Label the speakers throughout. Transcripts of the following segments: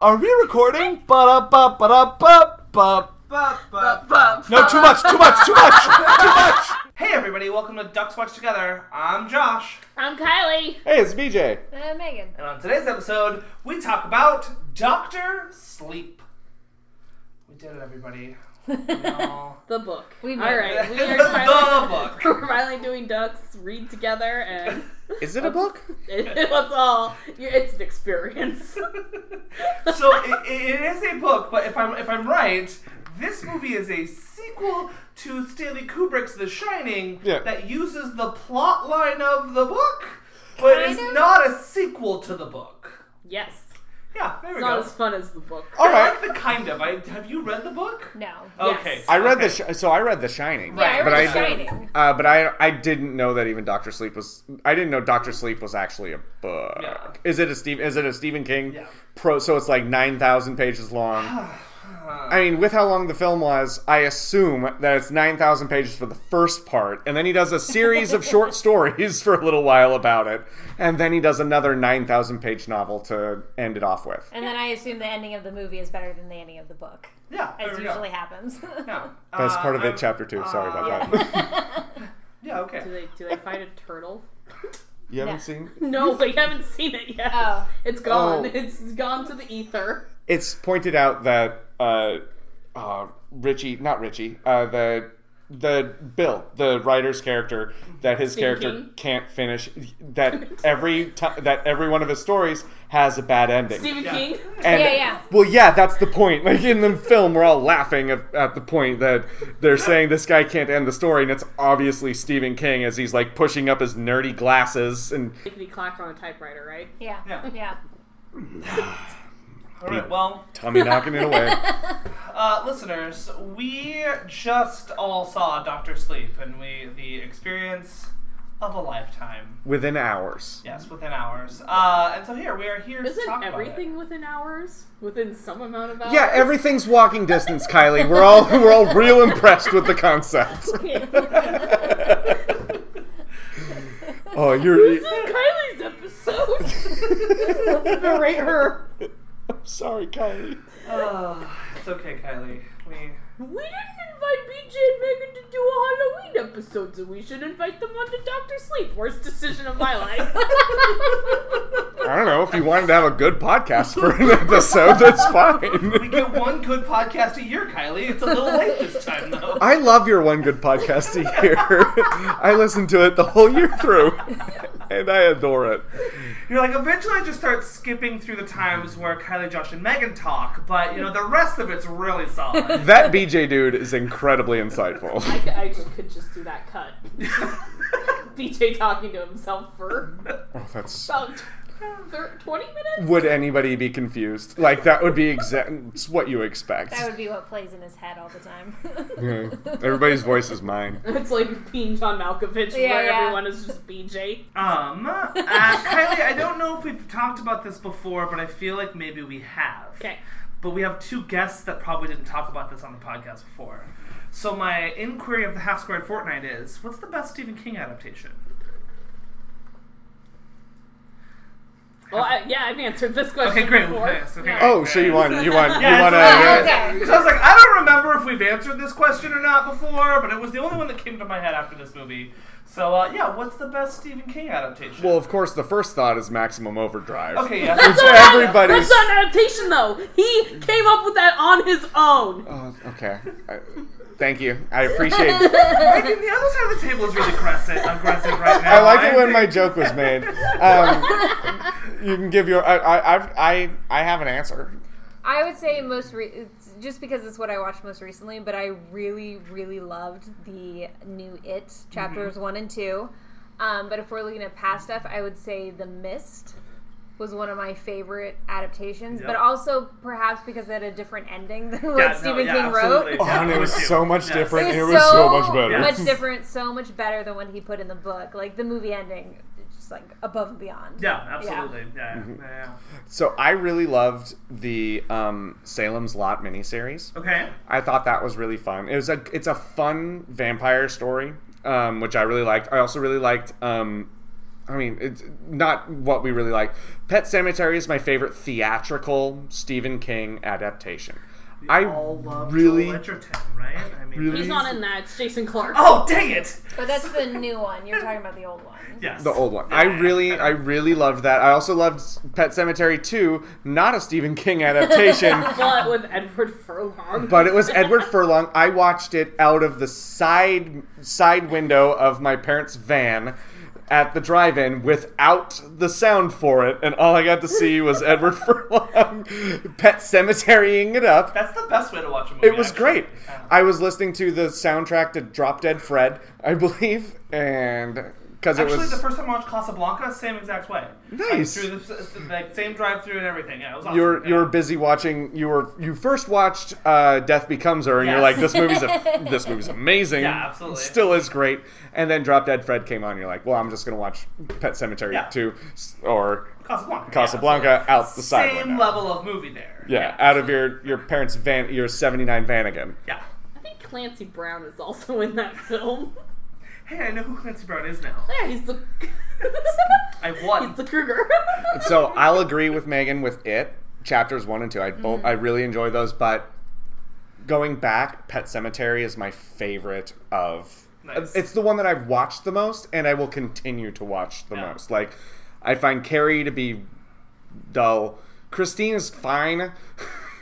Speaker 1: Are we recording? Ba ba ba ba ba. No, too much, too much, too much, too much.
Speaker 2: Hey everybody, welcome to Ducks Watch Together. I'm Josh,
Speaker 3: I'm Kylie.
Speaker 1: Hey, it's BJ.
Speaker 3: Uh, Megan.
Speaker 2: and on today's episode, we talk about Doctor Sleep. We did it, everybody. We all-
Speaker 3: The book. We
Speaker 4: made
Speaker 3: All
Speaker 4: it.
Speaker 3: right. We are
Speaker 2: the
Speaker 3: finally,
Speaker 2: book.
Speaker 3: we're finally doing ducks read together, and
Speaker 1: Is it a book?
Speaker 3: it, was all. you- It's an experience.
Speaker 2: so it, it is a book, but if I'm if I'm right, this movie is a sequel to Stanley Kubrick's The Shining
Speaker 1: Yeah.
Speaker 2: that uses the plot line of the book, but
Speaker 4: Kind
Speaker 2: it's
Speaker 4: of.
Speaker 2: not a sequel to the book.
Speaker 3: Yes.
Speaker 2: Yeah, there we
Speaker 3: It's
Speaker 2: go. Oh.
Speaker 3: not as fun as the book.
Speaker 1: All
Speaker 2: I
Speaker 1: right.
Speaker 2: like the kind of. I, have you read the book?
Speaker 4: No.
Speaker 2: Okay.
Speaker 3: Yes.
Speaker 2: I,
Speaker 5: I read the sh- so I read The Shining,
Speaker 4: Yeah, I
Speaker 5: but
Speaker 4: read
Speaker 5: I
Speaker 4: The Shining.
Speaker 5: uh, but I I didn't know that even Doctor Sleep was I didn't know Doctor Sleep was actually a book.
Speaker 2: Yeah.
Speaker 5: Is it a Steve? Is it a Stephen King?
Speaker 2: Yeah.
Speaker 5: Pro, so it's like nine thousand pages long. I mean, with how long the film was, I assume that it's nine thousand pages for the first part, and then he does a series of short stories for a little while about it, and then he does another nine thousand page novel to end it off with.
Speaker 4: And then I assume the ending of the movie is better than the ending of the book,
Speaker 2: yeah,
Speaker 4: as
Speaker 2: there we go.
Speaker 4: usually happens.
Speaker 2: Yeah.
Speaker 5: That's
Speaker 2: Uh,
Speaker 5: part of it,
Speaker 2: I'm-
Speaker 5: chapter two. Sorry about
Speaker 2: uh,
Speaker 5: that.
Speaker 2: Yeah,
Speaker 3: Do
Speaker 2: okay.
Speaker 3: they do they find a turtle?
Speaker 5: You haven't
Speaker 4: Yeah.
Speaker 5: seen?
Speaker 3: No, they haven't seen it yet.
Speaker 4: Oh.
Speaker 3: It's gone.
Speaker 5: Oh.
Speaker 3: It's gone to the ether.
Speaker 5: it's pointed out that uh, uh, Richie, not Richie, uh, the the Bill, the writer's character, that his character
Speaker 3: King?
Speaker 5: can't finish. That every ti that every one of his stories has a bad ending.
Speaker 3: Stephen
Speaker 2: Yeah.
Speaker 3: King.
Speaker 5: and,
Speaker 4: Yeah, yeah.
Speaker 5: Well, yeah, that's the point. Like in the film, we're all laughing at, at the point that they're saying this guy can't end the story, and it's obviously Stephen King as he's like pushing up his nerdy glasses and
Speaker 3: Tickety clack on a typewriter, right?
Speaker 4: yeah.
Speaker 2: Yeah.
Speaker 4: Yeah.
Speaker 2: All right. Well,
Speaker 5: Tommy knocking it away.
Speaker 2: uh, listeners, we just all saw Doctor Sleep, and we the experience of a lifetime.
Speaker 5: Within hours,
Speaker 2: Yes, within hours. Uh, and so here we are here to talk
Speaker 3: Isn't
Speaker 2: about it.
Speaker 3: everything within hours? Within some amount of hours?
Speaker 5: Yeah, everything's walking distance, Kylie. We're all we're all real impressed with the concept. oh, you're
Speaker 3: This is Kylie's episode. Let's berate her.
Speaker 5: I'm sorry, Kylie.
Speaker 2: Uh, it's okay, Kylie. We
Speaker 3: We didn't invite BJ and Megan to do a Halloween episode, so we should invite them on to Doctor Sleep. Worst decision of my life.
Speaker 5: I don't know if you wanted to have a good podcast for an episode. That's
Speaker 2: we
Speaker 5: fine.
Speaker 2: get one good podcast a year, Kylie. It's a little late this time, though.
Speaker 5: I love your one good podcast a year. I listened to it the whole year through, and I adore it.
Speaker 2: You're like, eventually I just start skipping through the times where Kylie, Josh, and Megan talk, but you know the rest of it's really solid.
Speaker 5: That BJ dude is incredibly insightful.
Speaker 3: I, could, I just, could just do that cut. BJ talking to himself for
Speaker 5: Oh, that's
Speaker 3: about thir- 20 minutes?
Speaker 5: would anybody be confused? Like that would be exact what you expect.
Speaker 4: That would be what plays in his head all the time.
Speaker 5: Yeah. Hmm. Everybody's voice is mine.
Speaker 3: It's like being John Malkovich,
Speaker 4: Yeah,
Speaker 3: where
Speaker 4: yeah.
Speaker 3: everyone is just BJ.
Speaker 2: um, uh, Kylie, I don't know if we've talked about this before, but I feel like maybe we have.
Speaker 3: Okay.
Speaker 2: But we have two guests that probably didn't talk about this on the podcast before. So my inquiry of the half squared fortnight is: What's the best Stephen King adaptation?
Speaker 3: Well, I, yeah, I've answered this question.
Speaker 2: Okay, great.
Speaker 3: Before.
Speaker 2: Yes, okay.
Speaker 3: Yeah.
Speaker 5: Oh, so you want you want
Speaker 2: Yeah,
Speaker 5: you want
Speaker 2: it's-
Speaker 5: to?
Speaker 4: Oh, okay.
Speaker 2: Because I was like, I don't remember if we've answered this question or not before, but it was the only one that came to my head after this movie. So uh, yeah, what's the best Stephen King adaptation?
Speaker 5: Well, of course, the first thought is maximum overdrive.
Speaker 2: okay, yeah.
Speaker 5: So everybody's
Speaker 3: That's not an adaptation, though. He came up with that on his own.
Speaker 5: Oh, okay. I, thank you. I appreciate. it.
Speaker 2: I mean, the other side of the table is really aggressive, aggressive right now.
Speaker 5: I like it when my
Speaker 2: think-
Speaker 5: joke was made. Um, you can give your. I I I've- I I have an answer.
Speaker 4: I would say most re- it's just because it's what I watched most recently, but I really, really loved the new It chapters
Speaker 2: Mm-hmm.
Speaker 4: one and two. Um, but if we're looking at past stuff, I would say The Mist was one of my favorite adaptations,
Speaker 2: Yep.
Speaker 4: but also perhaps because it had a different ending than what
Speaker 2: Yeah, no,
Speaker 4: Stephen
Speaker 2: yeah,
Speaker 4: King
Speaker 2: absolutely.
Speaker 4: wrote.
Speaker 5: Oh, and it
Speaker 2: I'm
Speaker 5: was
Speaker 2: with you.
Speaker 5: so much
Speaker 2: Yes.
Speaker 5: different.
Speaker 4: It
Speaker 5: and
Speaker 4: was
Speaker 5: it was so,
Speaker 4: so
Speaker 5: much better.
Speaker 2: Yeah.
Speaker 4: Much different, so much better than what he put in the book. Like the movie ending, just like above and beyond.
Speaker 2: Yeah, absolutely. Yeah, yeah.
Speaker 5: Mm-hmm.
Speaker 2: yeah,
Speaker 5: So I really loved the um, Salem's Lot miniseries.
Speaker 2: yeah. Okay.
Speaker 5: I thought that was really fun. It was a it's a fun vampire story, um, which I really liked. I also really liked. Um, I mean, it's not what we really like. Pet Cemetery is my favorite theatrical Stephen King adaptation. I
Speaker 2: All love
Speaker 5: really
Speaker 2: Joel Edgerton, right? I mean,
Speaker 5: really-
Speaker 3: He's not in that. It's Jason Clark.
Speaker 2: Oh, dang it!
Speaker 4: But that's the new one. You're talking about the old one.
Speaker 2: Yes.
Speaker 5: The old one. I really, I really loved that. I also loved Pet Cemetery 2, not a Stephen King adaptation,
Speaker 3: But with Edward Furlong.
Speaker 5: but it was Edward Furlong. I watched it out of the side side window of my parents' van at the drive-in without the sound for it, and all I got to see was Edward Furlong pet cemeterying it up.
Speaker 2: That's the best way to watch a movie.
Speaker 5: It was
Speaker 2: actually.
Speaker 5: great.
Speaker 2: Yeah.
Speaker 5: I was listening to the soundtrack to Drop Dead Fred, I believe, and because it
Speaker 2: Actually,
Speaker 5: was
Speaker 2: the first time I watched Casablanca, same exact way.
Speaker 5: Nice.
Speaker 2: Like, through the s- s- like, same drive-through and everything. Yeah, it was awesome.
Speaker 5: you're
Speaker 2: yeah.
Speaker 5: you're busy watching you were you first watched uh, Death Becomes Her and you're
Speaker 2: Yes.
Speaker 5: like this movie's a, this movie's amazing
Speaker 2: Yeah, absolutely.
Speaker 5: still is great and then Drop Dead Fred came on you're like well I'm just gonna watch Pet Cemetery
Speaker 2: Yeah.
Speaker 5: 2 s- or
Speaker 2: Casablanca. yeah,
Speaker 5: Casablanca out the side
Speaker 2: absolutely. Same
Speaker 5: window.
Speaker 2: level of movie there.
Speaker 5: yeah out of your your parents van your 79 van again
Speaker 2: Yeah.
Speaker 3: I think Clancy Brown is also in that film.
Speaker 2: Hey, I know who Clancy Brown is now.
Speaker 3: Yeah, he's the.
Speaker 2: I won.
Speaker 3: He's the Kruger.
Speaker 5: so I'll agree with Megan with it chapters 1 and 2 I both
Speaker 2: Mm-hmm.
Speaker 5: I really enjoy those but going back Pet Cemetery is my favorite of
Speaker 2: Nice.
Speaker 5: it's the one that I've watched the most and I will continue to watch the
Speaker 2: Yeah.
Speaker 5: most like I find Carrie to be dull Christine is fine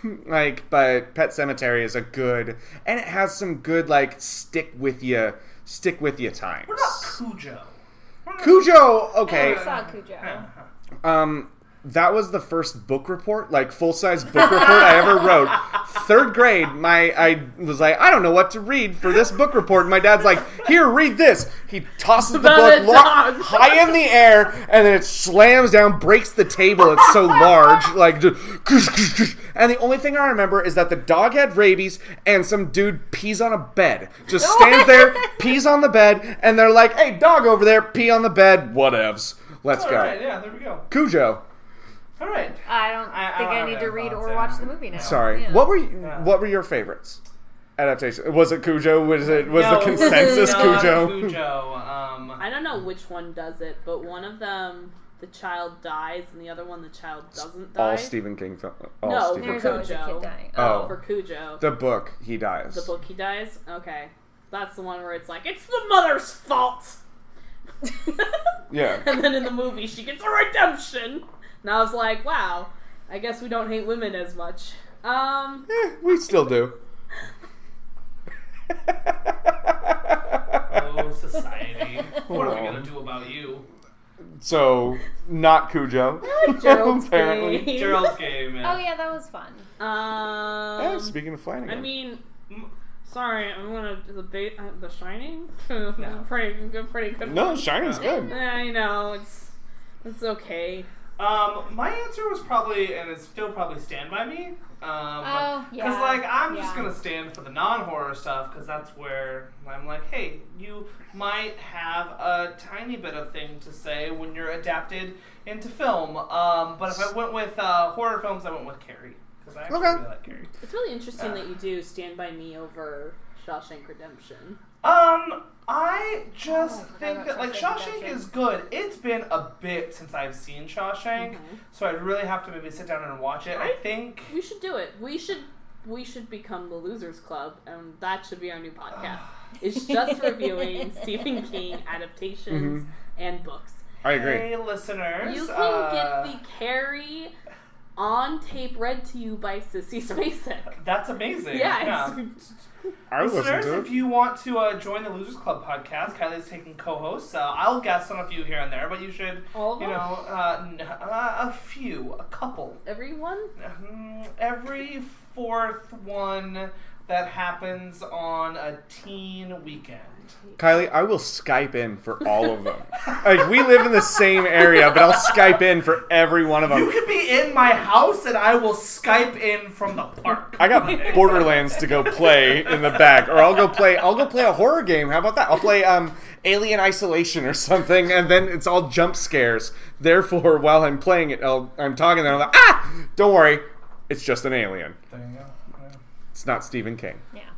Speaker 5: like but Pet Cemetery is a good and it has some good like stick with you stick with you times
Speaker 2: We're not Cujo. We're not-
Speaker 5: Cujo okay
Speaker 4: I saw Cujo.
Speaker 2: Yeah.
Speaker 5: um, that was the first book report, like full size book report I ever wrote. Third grade, my I was like, I don't know what to read for this book report. And my dad's like, Here, read this. He tosses the
Speaker 3: About
Speaker 5: book
Speaker 3: a
Speaker 5: lo-
Speaker 3: dog.
Speaker 5: high in the air, and then it slams down, breaks the table. It's so large, like, just and the only thing I remember is that the dog had rabies, and some dude pees on a bed, just stands there, pees on the bed, and they're like, Hey, dog over there, pee on the bed, whatevs. Let's
Speaker 2: All
Speaker 5: go.
Speaker 2: right, yeah, there we go.
Speaker 5: Cujo.
Speaker 2: All right.
Speaker 4: I don't
Speaker 2: I- I
Speaker 4: think I,
Speaker 2: don't
Speaker 4: need
Speaker 2: have
Speaker 4: to read
Speaker 2: thoughts,
Speaker 4: or
Speaker 2: yeah.
Speaker 4: watch the movie now.
Speaker 5: Sorry.
Speaker 4: Yeah.
Speaker 5: What were you,
Speaker 2: Yeah.
Speaker 5: what were your favorites? Adaptation. Was it Cujo? Was it was
Speaker 2: No,
Speaker 5: the
Speaker 2: it was
Speaker 5: consensus
Speaker 2: not
Speaker 5: Cujo?
Speaker 2: Cujo. Um,
Speaker 3: I don't know which one does it, but one of them, the child dies, and the other one, the child doesn't die.
Speaker 5: All Stephen King film. All
Speaker 3: No,
Speaker 5: Stephen
Speaker 4: There's
Speaker 5: King.
Speaker 4: always a
Speaker 3: Cujo.
Speaker 4: kid dying.
Speaker 5: Oh.
Speaker 3: For Cujo.
Speaker 5: The book. He dies.
Speaker 3: The book he dies? Okay. That's the one where it's like, it's the mother's fault!
Speaker 5: Yeah.
Speaker 3: and then in the movie, she gets a redemption! And I was like, wow, I guess we don't hate women as much. Um,
Speaker 5: Eh, we still do.
Speaker 2: oh, society. What are we gonna do about you?
Speaker 5: so not Cujo.
Speaker 3: Gerald's
Speaker 5: Apparently.
Speaker 3: game.
Speaker 2: Gerald's game.
Speaker 4: Oh yeah, that was fun.
Speaker 5: Eh,
Speaker 3: Um,
Speaker 5: speaking of Flanagan.
Speaker 3: I mean, m- sorry, I'm gonna do the ba- uh, the Shining.
Speaker 2: No.
Speaker 3: pretty, good, pretty good.
Speaker 5: no,
Speaker 3: one.
Speaker 5: Shining's good.
Speaker 3: I know it's it's okay.
Speaker 2: Um, my answer was probably, and it's still probably Stand By Me. Um,
Speaker 4: Oh,
Speaker 2: Because,
Speaker 4: yeah,
Speaker 2: like, I'm just
Speaker 4: yeah.
Speaker 2: going to stand for the non horror stuff because that's where I'm like, hey, you might have a tiny bit of thing to say when you're adapted into film. Um, but if I went with uh, horror films, I went with Carrie. Because I actually
Speaker 5: Okay.
Speaker 2: really like Carrie.
Speaker 3: It's really interesting
Speaker 2: Uh.
Speaker 3: that you do Stand by Me over Shawshank Redemption.
Speaker 2: Um, I just
Speaker 4: Oh, I forgot
Speaker 2: think
Speaker 4: about
Speaker 2: that like
Speaker 4: Shawshank
Speaker 2: Shawshank
Speaker 4: Redemption.
Speaker 2: is good. It's been a bit since I've seen Shawshank, so I really have to maybe sit down and watch it. I think
Speaker 3: We should do it. We should we should become the Losers Club, and that should be our new podcast. it's just reviewing Stephen King adaptations
Speaker 2: Mm-hmm.
Speaker 3: and books.
Speaker 5: I agree.
Speaker 2: Hey, listeners.
Speaker 3: You can
Speaker 2: uh,
Speaker 3: get the Carrie on tape read to you by Sissy Spacek.
Speaker 2: That's amazing.
Speaker 3: Yeah, it's,
Speaker 5: I would listen
Speaker 2: Listeners,
Speaker 5: to
Speaker 2: if
Speaker 5: it.
Speaker 2: you want to uh, join the Losers Club podcast, Kylie's taking co-hosts. Uh, I'll guest on a few here and there, but you should,
Speaker 3: All of
Speaker 2: you know,
Speaker 3: them?
Speaker 2: uh, n- uh, a few, a couple.
Speaker 3: everyone.
Speaker 2: Mm, Every fourth one that happens on a teen weekend.
Speaker 5: Kylie, I will Skype in for all of them. like we live in the same area, but I'll Skype in for every one of them.
Speaker 2: You could be in my house, and I will Skype in from the park.
Speaker 5: I got Borderlands to go play in the back, or I'll go play. I'll go play a horror game. How about that? I'll play um, Alien Isolation or something, and then it's all jump scares. Therefore, while I'm playing it, I'll, I'm talking, and I'm like, ah, don't worry, it's just an alien.
Speaker 2: There you go.
Speaker 5: It's not Stephen King.
Speaker 4: Yeah.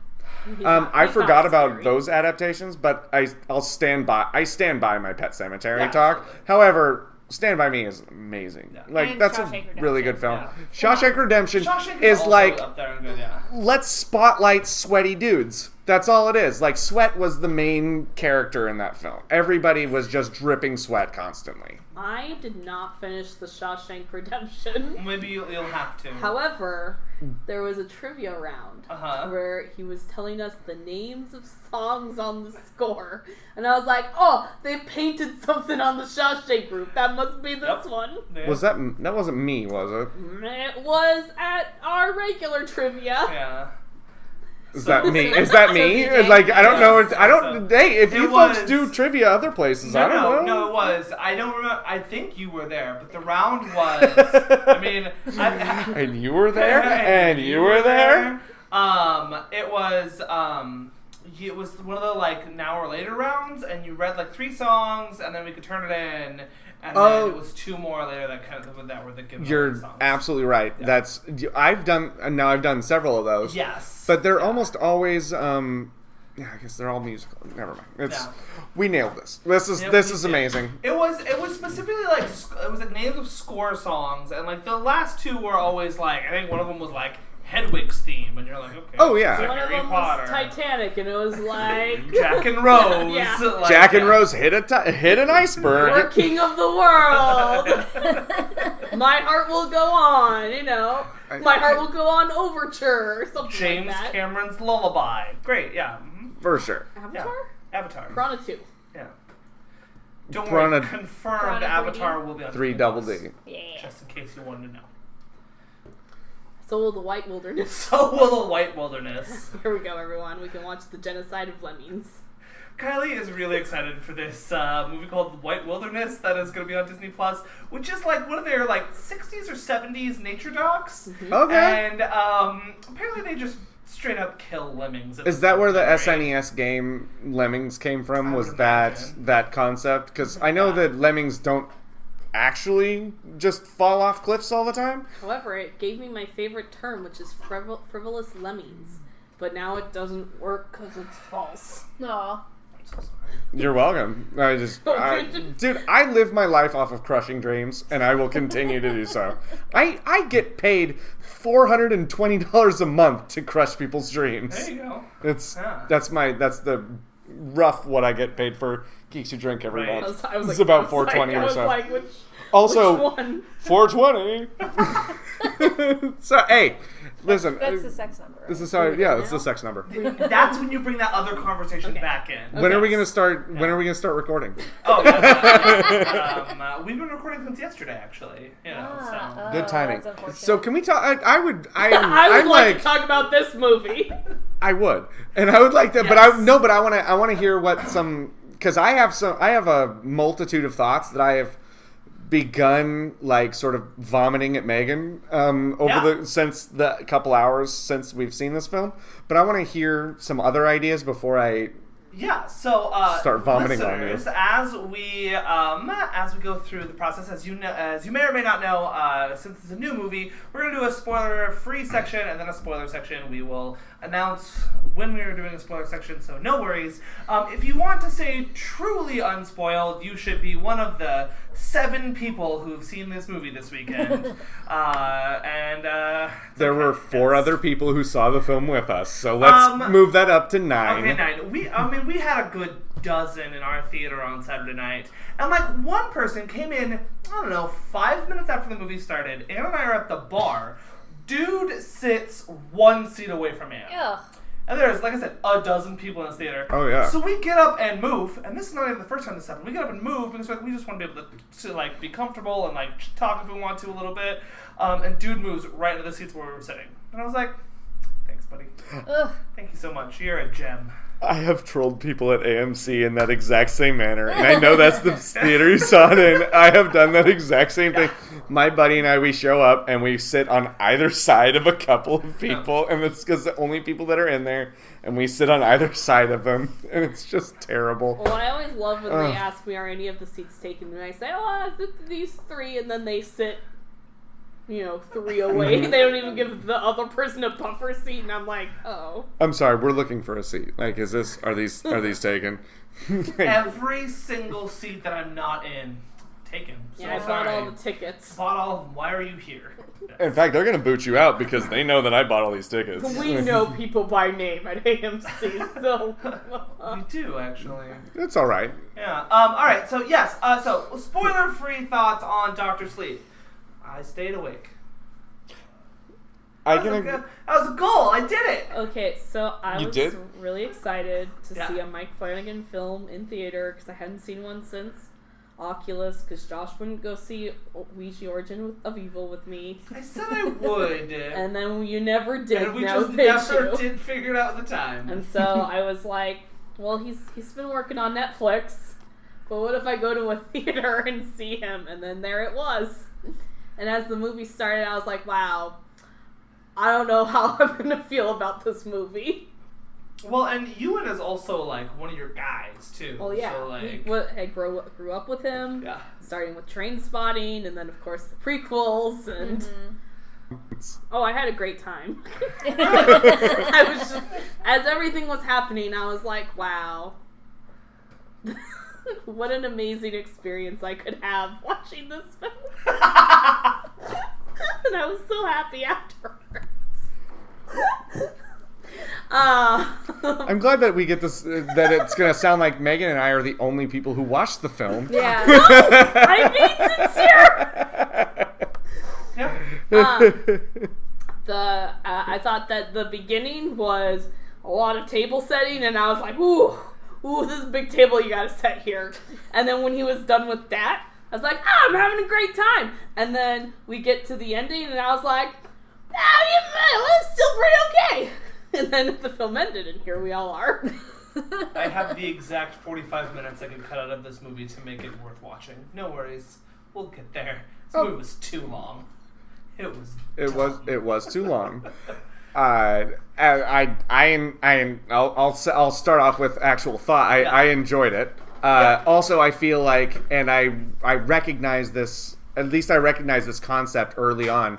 Speaker 5: Um, I
Speaker 3: He's
Speaker 5: forgot
Speaker 3: not
Speaker 5: about
Speaker 3: scary.
Speaker 5: those adaptations, but I I'll stand by I stand by my Pet Cemetery
Speaker 2: Yeah,
Speaker 5: talk.
Speaker 2: absolutely.
Speaker 5: However, Stand by Me is amazing. Like
Speaker 4: And
Speaker 5: that's
Speaker 4: Shawshank
Speaker 5: a really good film.
Speaker 2: Redemption,
Speaker 5: Shawshank Redemption
Speaker 2: Shawshank
Speaker 5: is
Speaker 2: is, also
Speaker 5: like
Speaker 2: up there and good, yeah.
Speaker 5: let's spotlight sweaty dudes. That's all it is. Like sweat was the main character in that film. Everybody was just dripping sweat constantly.
Speaker 3: I did not finish the Shawshank Redemption.
Speaker 2: Maybe you'll, you'll have to.
Speaker 3: However, there was a trivia round
Speaker 2: Uh-huh.
Speaker 3: where he was telling us the names of songs on the score, and I was like, "Oh, they painted something on the Shawshank group. That must be this
Speaker 2: Yep.
Speaker 3: one."
Speaker 2: Yeah.
Speaker 5: Was that that wasn't me, was it?
Speaker 3: It was at our regular trivia.
Speaker 2: Yeah.
Speaker 5: Is that me? Is that me? It's like I don't know. It's, I don't. Hey, if you
Speaker 2: It
Speaker 5: folks
Speaker 2: was.
Speaker 5: do trivia other places,
Speaker 2: No,
Speaker 5: I don't
Speaker 2: no,
Speaker 5: know.
Speaker 2: no, it was. I don't remember. I think you were there, but the round was. I mean, I,
Speaker 5: And you were there, and you were there.
Speaker 2: Um, it was um, you- it was one of the like an hour later rounds, and you read like three songs, and then we could turn it in, and
Speaker 5: Oh.
Speaker 2: then it was two more later that kind of that were the good
Speaker 5: You're
Speaker 2: songs.
Speaker 5: absolutely right. That's I've done. and Now I've done several of those.
Speaker 2: yes,
Speaker 5: But they're almost always. Um, yeah, I guess they're all musical. Never mind. It's
Speaker 2: Yeah.
Speaker 5: we nailed this. This is
Speaker 2: Yep,
Speaker 5: this
Speaker 2: we
Speaker 5: is
Speaker 2: did.
Speaker 5: amazing.
Speaker 2: It was it was specifically like sc- it was like names of score songs, and like the last two were always like I think one of them was like Hedwig's theme, and you're like okay,
Speaker 5: Oh, yeah.
Speaker 2: it's
Speaker 3: One of
Speaker 2: Harry
Speaker 3: them
Speaker 2: Potter,
Speaker 3: was Titanic, and it was like
Speaker 2: Jack and Rose,
Speaker 3: Yeah.
Speaker 2: like,
Speaker 5: Jack and
Speaker 2: yeah.
Speaker 5: Rose hit a ti hit an
Speaker 3: We're
Speaker 5: iceberg.
Speaker 3: king of the world. My heart will go on, you know. My heart will go on overture or something
Speaker 2: James
Speaker 3: like that.
Speaker 2: Cameron's Lullaby, great, yeah, mhm,
Speaker 5: For sure.
Speaker 2: yeah,
Speaker 3: Avatar?
Speaker 2: Avatar,
Speaker 3: Piranha 2.
Speaker 2: yeah. Don't worry,
Speaker 5: Piranha-
Speaker 2: confirmed
Speaker 4: Piranha 3D?
Speaker 2: Avatar will be on
Speaker 5: Three
Speaker 2: Disney
Speaker 5: double
Speaker 2: Plus,
Speaker 5: D.
Speaker 4: Yeah.
Speaker 2: Just in case you wanted to know.
Speaker 3: Soul of the White Wilderness.
Speaker 2: So will the White Wilderness.
Speaker 3: Here we go, everyone. We can watch the genocide of lemmings.
Speaker 2: Kylie is really excited for this uh, movie called White Wilderness that is going to be on Disney Plus, which is like one of their like 60s or 70s nature docs.
Speaker 5: Mm-hmm. Okay.
Speaker 2: And um, apparently they just straight up kill lemmings. at
Speaker 5: Is
Speaker 2: this
Speaker 5: that where the E
Speaker 2: point, right?
Speaker 5: SNES game Lemmings came from?
Speaker 2: I
Speaker 5: Was
Speaker 2: would
Speaker 5: that
Speaker 2: imagine.
Speaker 5: that concept? Because I know that lemmings don't actually just fall off cliffs all the time.
Speaker 3: However, it gave me my favorite term, which is frivol- frivolous lemmings. But now it doesn't work because it's false.
Speaker 4: Aw.
Speaker 2: I'm so sorry.
Speaker 5: You're welcome. I just, I- dude, I live my life off of crushing dreams, and I will continue to do so. I I get paid four hundred and twenty dollars a month to crush people's
Speaker 2: There
Speaker 5: dreams.
Speaker 2: you go.
Speaker 5: It's
Speaker 2: Yeah.
Speaker 5: that's my that's the rough what I get paid for geeks who drink every
Speaker 2: Right.
Speaker 3: I was,
Speaker 5: month.
Speaker 3: I was
Speaker 5: It's
Speaker 3: like,
Speaker 5: about
Speaker 3: I was
Speaker 5: 420
Speaker 3: like,
Speaker 5: or
Speaker 3: I was
Speaker 5: so.
Speaker 3: like, which,
Speaker 5: Also,
Speaker 3: which one?
Speaker 5: 420. so hey, listen.
Speaker 4: That's the sex number. right?
Speaker 5: this is how yeah, it's the sex number.
Speaker 2: That's when you bring that other conversation back in.
Speaker 5: When are we
Speaker 3: Okay.
Speaker 5: gonna start? When are we gonna start recording?
Speaker 2: Oh, yeah. um, uh, we've been recording since yesterday, actually. You know,
Speaker 4: Ah,
Speaker 2: so.
Speaker 4: oh,
Speaker 5: Good timing.
Speaker 4: that's unfortunate.
Speaker 5: So can we talk? I, I would. I, am,
Speaker 3: Uh, I would
Speaker 5: I'm
Speaker 3: like,
Speaker 5: like.
Speaker 3: to talk about this movie.
Speaker 5: I would, and I would like that. But I
Speaker 2: Yes.
Speaker 5: no, but I want to. I want to hear what some because I have some. I have a multitude of thoughts that I have begun like sort of vomiting at Megan um, over
Speaker 2: Yeah.
Speaker 5: the since the couple hours since we've seen this film. But I want to hear some other ideas before I.
Speaker 2: Yeah, so uh,
Speaker 5: Start vomiting on you.
Speaker 2: listeners, As we um, as we go through the process, as you know, as you may or may not know, uh, since it's a new movie, we're gonna do a spoiler-free section and then a spoiler section. We will announce when we are doing a spoiler section, so no worries. Um, if you want to say truly unspoiled, you should be one of the seven people who've seen this movie this weekend. uh, and uh,
Speaker 5: There were four other people who saw the film with us, so let's
Speaker 2: Um,
Speaker 5: move that up to nine.
Speaker 2: Okay, nine. We, I mean, we had a good dozen in our theater on Saturday night, and like one person came in. I don't know, five minutes after the movie started. Anne and I are at the bar. Dude sits one seat away from Anne,
Speaker 4: Ugh.
Speaker 2: and there's, like I said, a dozen people in this theater.
Speaker 5: Oh, yeah.
Speaker 2: So we get up and move, and this is not even the first time this happened. We get up and move because like we just want to be able to, to like be comfortable and like talk if we want to a little bit. Um, and dude moves right into the seats where we were sitting, and I was like, "Thanks, buddy.
Speaker 4: Ugh.
Speaker 2: Thank you so much. You're a gem."
Speaker 5: I have trolled people at AMC in that exact same manner, and I know that's the theater you saw it in. I have done that exact same thing. My buddy and I, we show up and we sit on either side of a couple
Speaker 2: Oh.
Speaker 5: of people, and it's because the only people that are in there, and we sit on either side of them, and it's just terrible.
Speaker 3: Well, what I always love when
Speaker 5: Ugh.
Speaker 3: they ask me, are any of the seats taken? And I say, oh, uh, th- these three, and then they sit you know, three away. they don't even give the other person a buffer seat, and I'm like, oh.
Speaker 5: I'm sorry, we're looking for a seat. Like, is this? Are these? Are these taken?
Speaker 2: Every single seat that I'm not in, taken. So
Speaker 3: Yeah, I bought
Speaker 2: sorry.
Speaker 3: all the tickets.
Speaker 2: Bought all of them. Why are you here?
Speaker 5: In fact, they're gonna boot you out because they know that I bought all these tickets.
Speaker 3: We know people by name at AMC, so
Speaker 2: we do actually.
Speaker 5: It's all right.
Speaker 2: Yeah. Um. All right. So yes. Uh. So spoiler-free thoughts on Doctor Sleep. I stayed awake.
Speaker 5: I
Speaker 2: That was,
Speaker 5: can.
Speaker 2: a good- that was a goal. I did it.
Speaker 3: Okay, so I
Speaker 5: You
Speaker 3: was
Speaker 5: did?
Speaker 3: really excited to
Speaker 2: Yeah.
Speaker 3: see a Mike Flanagan film in theater because I hadn't seen one since Oculus because Josh wouldn't go see Ouija Origin with- of Evil with me.
Speaker 2: I said I would,
Speaker 3: And then you never did.
Speaker 2: and we
Speaker 3: now,
Speaker 2: just
Speaker 3: did
Speaker 2: never
Speaker 3: you?
Speaker 2: did figure it out at the time.
Speaker 3: And so I was like, well, he's he's been working on Netflix, but what if I go to a theater and see him? And then there it was. And as the movie started, I was like, wow, I don't know how I'm gonna feel about this movie.
Speaker 2: well, and Ewan is also like one of your guys too.
Speaker 3: Well, Oh, yeah,
Speaker 2: So
Speaker 3: we-
Speaker 2: like,
Speaker 3: what- I grew up, grew up with him,
Speaker 2: yeah.
Speaker 3: starting with Train Spotting, and then of course the prequels. And oh, I had a great time. I was just as everything was happening, I was like, wow. what an amazing experience I could have watching this film. and I was so happy afterwards. uh,
Speaker 5: I'm glad that we get this. uh, That it's gonna sound like Megan and I are the only people who watched the film.
Speaker 4: Yeah.
Speaker 3: I'm being sincere.
Speaker 2: yeah.
Speaker 3: The uh, I thought that the beginning was a lot of table setting, and I was like, ooh, ooh, this is a big table you got to set here. And then when he was done with that, I was like, ah, I'm having a great time. And then we get to the ending, and I was like, ah, you, it was still pretty okay. And then the film ended, and here we all are.
Speaker 2: I have the exact 45 minutes I could cut out of this movie to make it worth watching. No worries. We'll get there. This movie was too long. It was.
Speaker 5: Oh. It was.
Speaker 2: dumb.
Speaker 5: It was too long. Uh, I, I, I, am- I am. I'll, I'll, s- I'll start off with actual thought. I, I enjoyed it. Uh, Also, I feel like, and I, I recognize this. At least I recognize this concept early on.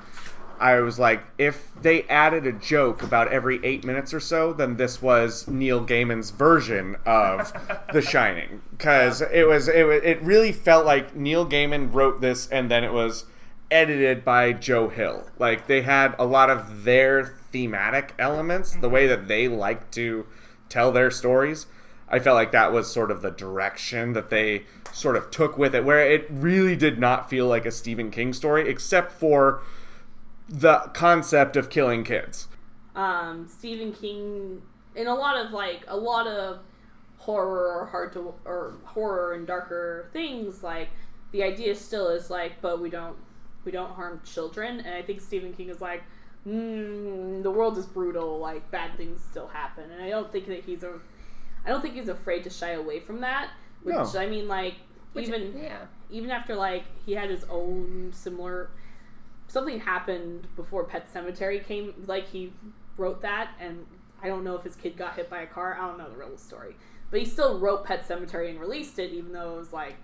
Speaker 5: I was like, if they added a joke about every eight minutes or so, then this was Neil Gaiman's version of The Shining, because it was it, wa- it really felt like Neil Gaiman wrote this, and then it was edited by Joe Hill. Like they had a lot of their thematic elements, the way that they like to tell their stories. I felt like that was sort of the direction that they sort of took with it, where it really did not feel like a Stephen King story, except for the concept of killing kids.
Speaker 3: um, Stephen King and a lot of like a lot of horror or hard to or horror and darker things like the idea still is like but we don't we don't harm children and I think Stephen King is like mm, the world is brutal like bad things still happen and I don't think that he's a I don't think he's afraid to shy away from that which
Speaker 5: No.
Speaker 3: I mean like
Speaker 4: Which-
Speaker 3: even
Speaker 4: yeah.
Speaker 3: even after like he had his own similar something happened before pet cemetery came like he wrote that and i don't know if his kid got hit by a car i don't know the real story but he still wrote pet cemetery and released it even though it was like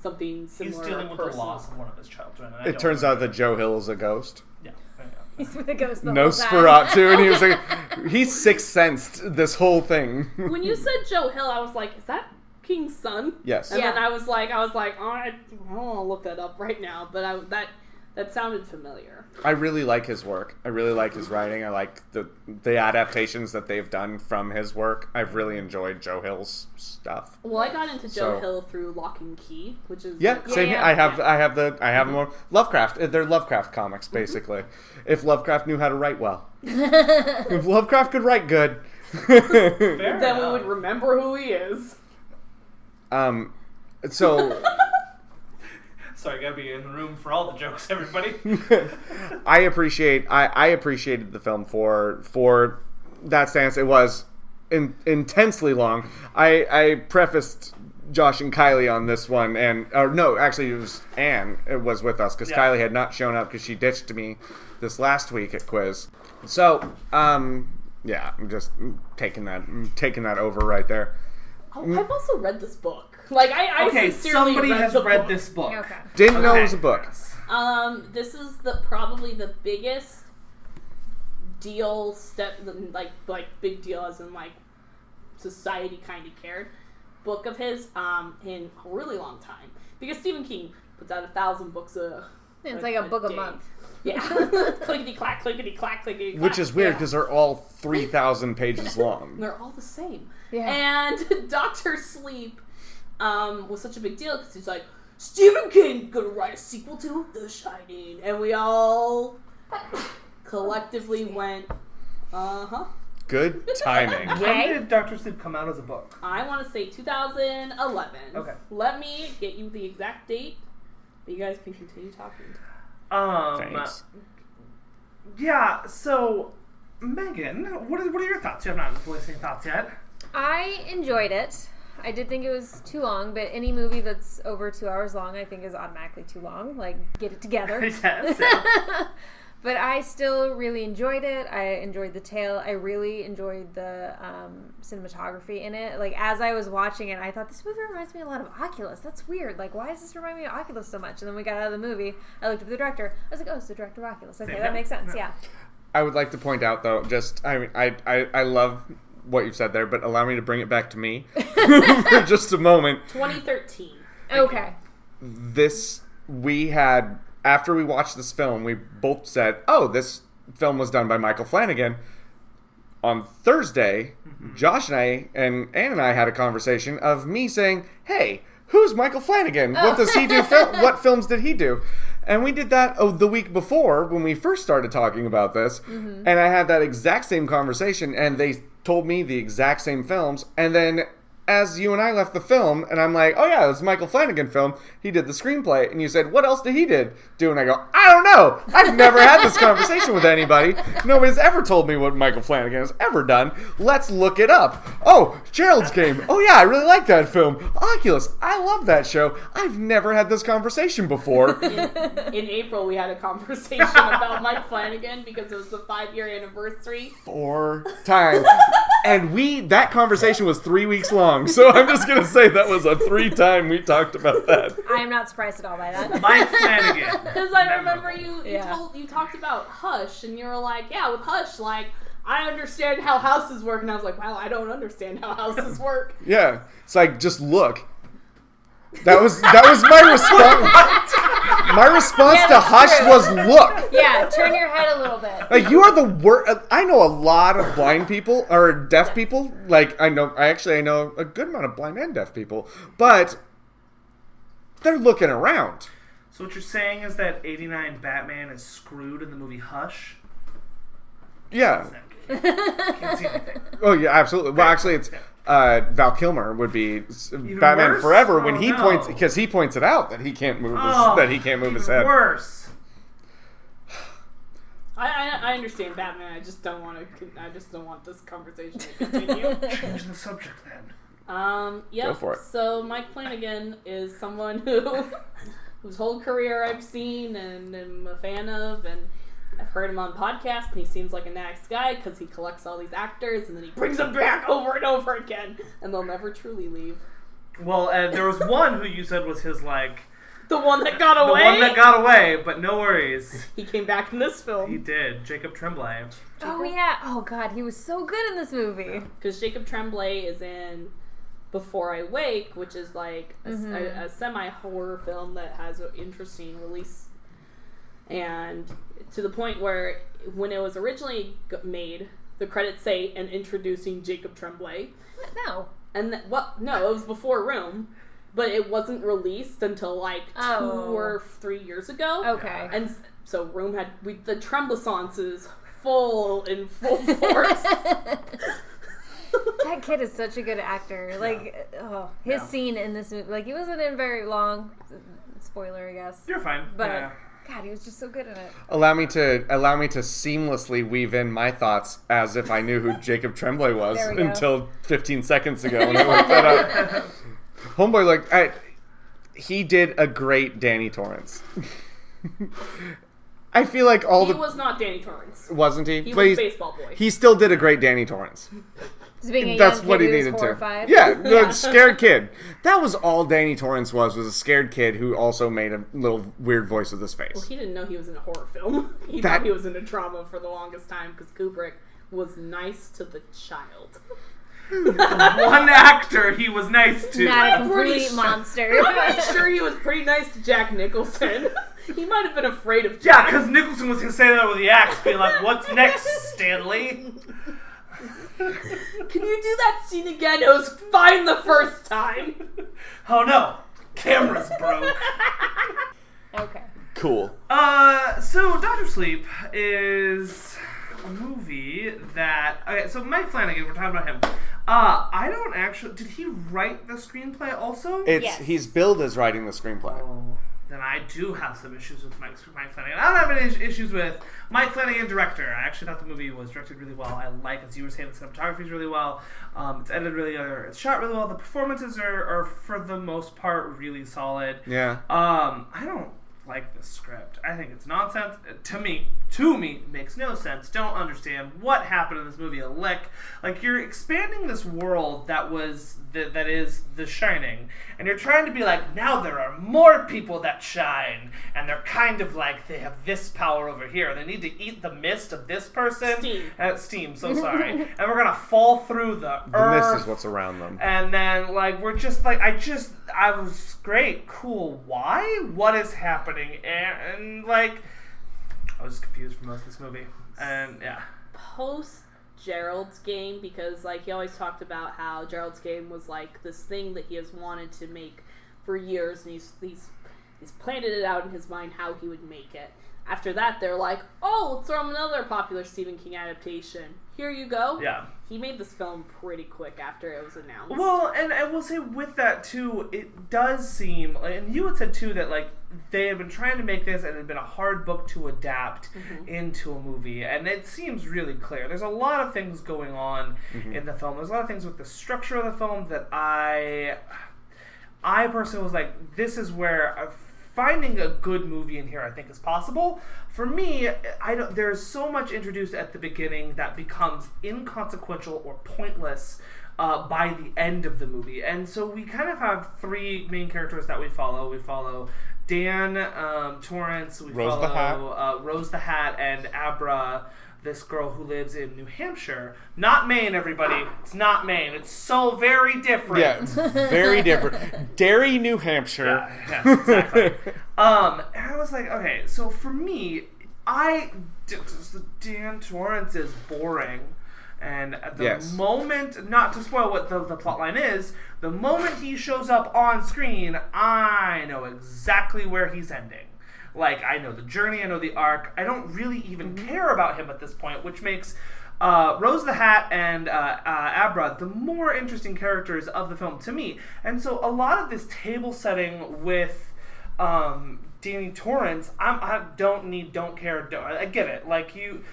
Speaker 3: something
Speaker 2: He's
Speaker 3: similar
Speaker 2: dealing
Speaker 3: or
Speaker 2: with the
Speaker 3: personal.
Speaker 2: loss of one of his children. and I
Speaker 5: It
Speaker 2: don't
Speaker 5: turns out
Speaker 2: remember.
Speaker 5: that Joe Hill is a ghost.
Speaker 2: Yeah. there you go.
Speaker 4: He's with the ghost the whole time.
Speaker 5: Nosferatu, and he was like, he sixth sensed this whole thing.
Speaker 3: when you said joe hill i was like is that king's son
Speaker 5: yes.
Speaker 3: and then
Speaker 4: Yeah.
Speaker 3: i was like i was like oh, i I don't want to look that up right now but i that that sounded familiar
Speaker 5: I really like his work. I really like his writing. I like the the adaptations that they've done from his work. I've really enjoyed Joe Hill's stuff.
Speaker 3: well i got into joe
Speaker 5: So-
Speaker 3: hill through lock and key which is
Speaker 5: Yeah, same. here.
Speaker 4: yeah.
Speaker 5: I have I have the I have more Lovecraft. uh, They're Lovecraft comics basically. If Lovecraft knew how to write well, if Lovecraft could write good,
Speaker 2: Fair
Speaker 3: then we
Speaker 2: enough.
Speaker 3: would remember who he is
Speaker 5: um, so
Speaker 2: Sorry, gotta be in the room for all the jokes, everybody.
Speaker 5: I appreciate I, I appreciated the film for for that stance. It was in, intensely long. I I prefaced Josh and Kylie on this one, and or no, actually it was Anne. It was with us because
Speaker 2: Yeah.
Speaker 5: Kylie had not shown up because she ditched me this last week at quiz. So um yeah, I'm just taking that I'm taking that over right there.
Speaker 3: Oh, I've also read this book. Like I, I
Speaker 2: okay,
Speaker 3: sincerely
Speaker 2: somebody
Speaker 3: read
Speaker 2: has
Speaker 3: the
Speaker 2: read
Speaker 3: book.
Speaker 2: this book.
Speaker 4: Okay.
Speaker 5: Didn't know it
Speaker 2: Okay.
Speaker 5: was a book.
Speaker 3: Um, this is the probably the biggest deal step, like like big deal as in like society kind of cared book of his um in a really long time because Stephen King puts out a thousand books a.
Speaker 4: It's like a book a
Speaker 3: day.
Speaker 4: month.
Speaker 3: Yeah, clickety clack, clickety clack, clickety. clack.
Speaker 5: Which is weird because they're all 3,000 pages long.
Speaker 3: They're all the same.
Speaker 4: Yeah.
Speaker 3: And Doctor Sleep um, was such a big deal because he's like, Stephen King gonna write a sequel to The Shining, and we all collectively went, uh huh.
Speaker 5: Good timing.
Speaker 2: When
Speaker 4: Okay.
Speaker 2: did Doctor Sleep come out as a book?
Speaker 3: I want to say 2011.
Speaker 2: Okay.
Speaker 3: Let me get you the exact date. But you guys can continue talking.
Speaker 2: Um,
Speaker 5: Thanks.
Speaker 2: Yeah. So, Megan, what are, what are your thoughts? You have not voicing thoughts yet.
Speaker 4: I enjoyed it. I did think it was too long, but any movie that's over two hours long, I think, is automatically too long. Like, get it together.
Speaker 2: yes. yeah.
Speaker 4: but I still really enjoyed it. I enjoyed the tale. I really enjoyed the um, cinematography in it. Like as I was watching it, I thought this movie reminds me a lot of Oculus. That's weird. Like why does this remind me of Oculus so much? And then we got out of the movie. I looked up the director. I was like, oh, it's the director of Oculus. Okay,
Speaker 2: Same
Speaker 4: that
Speaker 2: guy.
Speaker 4: makes sense. Yeah.
Speaker 5: I would like to point out, though, just I mean, I, I I love what you've said there, but allow me to bring it back to me for just a moment.
Speaker 3: 2013.
Speaker 4: Okay.
Speaker 5: This we had after we watched this film, we both said, "Oh, this film was done by Michael Flanagan." On Thursday, Josh and I and Ann and I had a conversation of me saying, "Hey, who's Michael Flanagan? What does he do? Fil- what films did he do?" And we did that oh, the week before when we first started talking about this, and I had that exact same conversation, and they told me the exact same films, and then. As you and I left the film, and I'm like, "Oh yeah, it's a Michael Flanagan film. He did the screenplay." And you said, "What else did he did do?" And I go, "I don't know. I've never had this conversation with anybody. Nobody's ever told me what Michael Flanagan has ever done. Let's look it up. Oh, Gerald's Game. Oh yeah, I really like that film. Oculus. I love that show. I've never had this conversation before.
Speaker 3: In April, we had a conversation about Mike Flanagan because it was the five year anniversary.
Speaker 5: Four times. And we that conversation was three weeks long. So I'm just gonna say that was a three time we talked about that.
Speaker 4: I am not surprised at all by that.
Speaker 2: Mike Flanagan.
Speaker 3: Because I remember you you,
Speaker 4: Yeah.
Speaker 3: told, you talked about Hush, and you were like, yeah, with Hush, like, I understand how houses work. And I was like, wow, I don't understand how houses work.
Speaker 5: Yeah. It's like just look. That was that was my response. My response
Speaker 4: Yeah,
Speaker 5: to
Speaker 4: that's
Speaker 5: Hush
Speaker 4: true.
Speaker 5: was look.
Speaker 4: yeah. Turn your head a little bit.
Speaker 5: Like you are the worst. I know a lot of blind people or deaf people. Like I know, I actually I know a good amount of blind and deaf people, but they're looking around.
Speaker 2: So what you're saying is that '89 Batman is screwed in the movie Hush.
Speaker 5: Yeah.
Speaker 2: Can't see anything.
Speaker 5: Oh yeah, absolutely. Well, actually, it's uh, Val Kilmer would be s- Batman
Speaker 2: worse?
Speaker 5: Forever when
Speaker 2: Oh,
Speaker 5: he
Speaker 2: no.
Speaker 5: points because he points it out that he can't move his,
Speaker 2: Oh,
Speaker 5: that he can't move his head.
Speaker 2: Worse.
Speaker 3: I, I, I understand Batman. I just don't want to. I just don't want this conversation to continue.
Speaker 2: Changing the subject then.
Speaker 3: Um, yep.
Speaker 5: Go for it.
Speaker 3: So Mike Flanagan is someone who whose whole career I've seen and am a fan of, and I've heard him on podcasts, and he seems like a nice guy because he collects all these actors and then he brings them back over and over again, and they'll never truly leave.
Speaker 2: Well, and there was one who you said was his like
Speaker 3: The one that got
Speaker 2: the
Speaker 3: away.
Speaker 2: one that got away, but no worries,
Speaker 3: he came back in this
Speaker 2: he
Speaker 3: film
Speaker 2: did. Jacob Tremblay.
Speaker 4: Oh yeah. Oh god, he was so good in this movie.
Speaker 3: because Jacob Tremblay is in. Before I Wake, which is like a, semi horror film that has an interesting release and to the point where when it was originally g- made, the credits say and introducing Jacob Tremblay,
Speaker 4: No.
Speaker 3: and th- well, no, it was before Room, but it wasn't released until like two
Speaker 4: Oh.
Speaker 3: or three years ago.
Speaker 4: Okay.
Speaker 3: and s- so Room had we, the Tremblassances full in full force.
Speaker 4: That kid is such a good actor. Like, oh, his scene in this movie, like, he wasn't in very long. Spoiler, I guess.
Speaker 2: You're fine.
Speaker 4: But
Speaker 2: yeah.
Speaker 4: God, he was just so good in it.
Speaker 5: Allow me to allow me to seamlessly weave in my thoughts as if I knew who Jacob Tremblay was
Speaker 4: There we go.
Speaker 5: until 15 seconds ago when I looked that up. Homeboy, like I, he did a great Danny Torrance. I feel like all
Speaker 3: he
Speaker 5: the
Speaker 3: was not Danny Torrance.
Speaker 5: wasn't he?
Speaker 3: He
Speaker 5: But
Speaker 3: was
Speaker 5: he's-
Speaker 3: baseball boy.
Speaker 5: he still did a great Danny Torrance.
Speaker 4: So being a
Speaker 5: That's
Speaker 4: young
Speaker 5: what
Speaker 4: kid
Speaker 5: he
Speaker 4: who was
Speaker 5: needed
Speaker 4: horrified.
Speaker 5: to. Yeah, the scared kid. That was all Danny Torrance was was a scared kid who also made a little weird voice with his face.
Speaker 3: He didn't know he was in a horror film. He
Speaker 5: That-
Speaker 3: thought he was in a drama for the longest time because Kubrick was nice to the child.
Speaker 2: One actor he was nice to.
Speaker 4: Not a
Speaker 3: I'm pretty
Speaker 4: complete
Speaker 3: sure-
Speaker 4: monster.
Speaker 3: I'm pretty sure he was pretty nice to Jack Nicholson. he might have been afraid of
Speaker 2: Yeah,
Speaker 3: Jack.
Speaker 2: because Nicholson was gonna say that with the axe, be like, "What's next, Stanley?"
Speaker 3: Can you do that scene again? It was fine the first time.
Speaker 2: Oh no, camera's broke.
Speaker 4: okay.
Speaker 1: Cool.
Speaker 2: Uh, so Doctor Sleep is a movie that. Okay, so Mike Flanagan, we're talking about him. Uh, I don't actually. Did he write the screenplay also?
Speaker 5: It's
Speaker 4: Yes.
Speaker 5: he's billed as writing the screenplay.
Speaker 2: Oh, then I do have some issues with Mike, Mike Flanagan. I don't have any is- issues with Mike Flanagan, director. I actually thought the movie was directed really well. I like, as you were saying, the cinematography is really well. Um, it's edited really well. It's shot really well. The performances are, are for the most part, really solid.
Speaker 5: Yeah.
Speaker 2: Um, I don't like this script. I think it's nonsense. Uh, To me, to me, it makes no sense. Don't understand what happened in this movie a lick. Like you're expanding this world that was that, that is The Shining, and you're trying to be like, now there are more people that shine, and they're kind of like they have this power over here. They need to eat the mist of this person.
Speaker 3: Steam.
Speaker 2: Uh, steam. So sorry. and we're gonna fall through the,
Speaker 5: The
Speaker 2: earth.
Speaker 5: mist is what's around them.
Speaker 2: And then, like, we're just like, I just, I was great, cool. Why? What is happening? And, and like, I was confused for most of this movie. And yeah,
Speaker 3: Post Gerald's game because like he always talked about how Gerald's game was like this thing that he has wanted to make for years and he's he's he's planted it out in his mind how he would make it. After that they're like, "Oh, let's throw him another popular Stephen King adaptation. Here you go."
Speaker 2: yeah.
Speaker 3: He made this film pretty quick after it was announced.
Speaker 2: Well, and I will say with that too, it does seem, and you had said too that like they have been trying to make this, and it had been a hard book to adapt into a movie, and it seems really clear. There's a lot of things going on in the film. There's a lot of things with the structure of the film that I, I personally was like, this is where. uh Finding a good movie in here, I think, is possible. For me, I don't. There's so much introduced at the beginning that becomes inconsequential or pointless uh, by the end of the movie. And so we kind of have three main characters that we follow. We follow Dan, um, Torrance, we
Speaker 5: Rose
Speaker 2: follow
Speaker 5: the Hat.
Speaker 2: Uh, Rose the Hat, and Abra, this girl who lives in New Hampshire. Not Maine, everybody. It's not Maine. It's so very different.
Speaker 5: Yeah, it's very different. Derry, New Hampshire.
Speaker 2: Yeah, yes, exactly. um, and I was like, okay, so for me, I d- d- Dan Torrance is boring. And at the
Speaker 5: Yes.
Speaker 2: moment, not to spoil what the, the plot line is, the moment he shows up on screen, I know exactly where he's ending. Like, I know the journey, I know the arc. I don't really even care about him at this point, which makes uh, Rose the Hat and uh, uh, Abra the more interesting characters of the film to me. And so, a lot of this table setting with um, Danny Torrance, I'm, I don't need, don't care, don't, I get it. Like, you.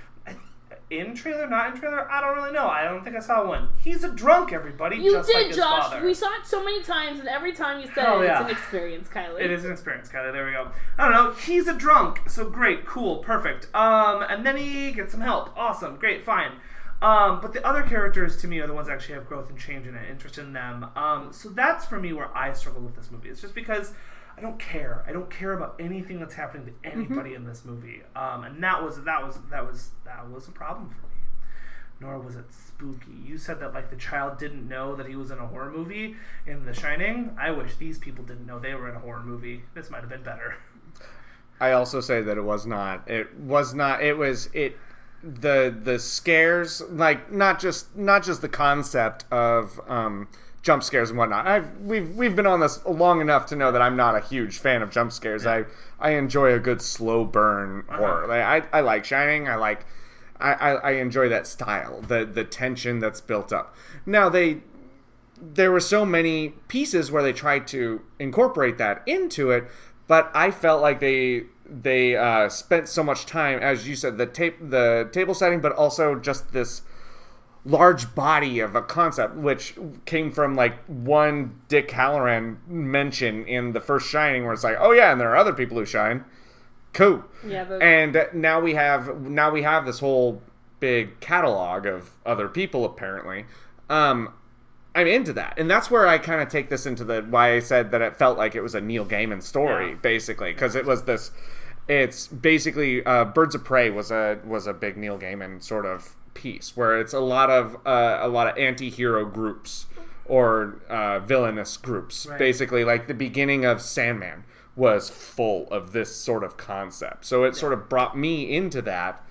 Speaker 2: In trailer, not in trailer, I don't really know. I don't think I saw one. He's a drunk, everybody.
Speaker 3: you
Speaker 2: just
Speaker 3: did,
Speaker 2: like his
Speaker 3: Josh.
Speaker 2: Father.
Speaker 3: We saw it so many times, and every time you said
Speaker 2: Hell
Speaker 3: it,
Speaker 2: yeah.
Speaker 3: it's an experience, Kylie.
Speaker 2: It is an experience, Kylie. There we go. I don't know. He's a drunk, so great, cool, perfect. Um, and then he gets some help. Awesome, great, fine. Um, but the other characters to me are the ones that actually have growth and change and an interest in them. Um, so that's for me where I struggle with this movie. It's just because I don't care. I don't care about anything that's happening to
Speaker 3: Mm-hmm.
Speaker 2: anybody in this movie. Um, and that was that was that was that was a problem for me nor was it spooky. You said that like the child didn't know that he was in a horror movie in The Shining. I wish these people didn't know they were in a horror movie. This might have been better.
Speaker 5: I also say that it was not. It was not. It was it. The the scares like not just not just the concept of um, jump scares and whatnot. I've we've we've been on this long enough to know that I'm not a huge fan of jump scares. I I enjoy a good slow burn
Speaker 2: Uh-huh.
Speaker 5: horror. Like, I I like Shining. I like. I, I, I enjoy that style, the the tension that's built up. Now they there were so many pieces where they tried to incorporate that into it, but I felt like they they uh, spent so much time, as you said, the tape the table setting, but also just this large body of a concept which came from like one Dick Halloran mention in the first Shining, where it's like, oh yeah, and there are other people who shine. Cool.
Speaker 3: Yeah, the-
Speaker 5: and uh, now we have now we have this whole big catalog of other people apparently Um, I'm into that, and that's where I kind of take this into the why I said that it felt like it was a Neil Gaiman story,
Speaker 2: Yeah.
Speaker 5: basically, because it was this. It's basically uh, Birds of Prey was a was a big Neil Gaiman sort of piece where it's a lot of uh, a lot of anti-hero groups or uh, villainous groups,
Speaker 2: Right.
Speaker 5: basically like the beginning of Sandman was full of this sort of concept. So it sort of brought me into that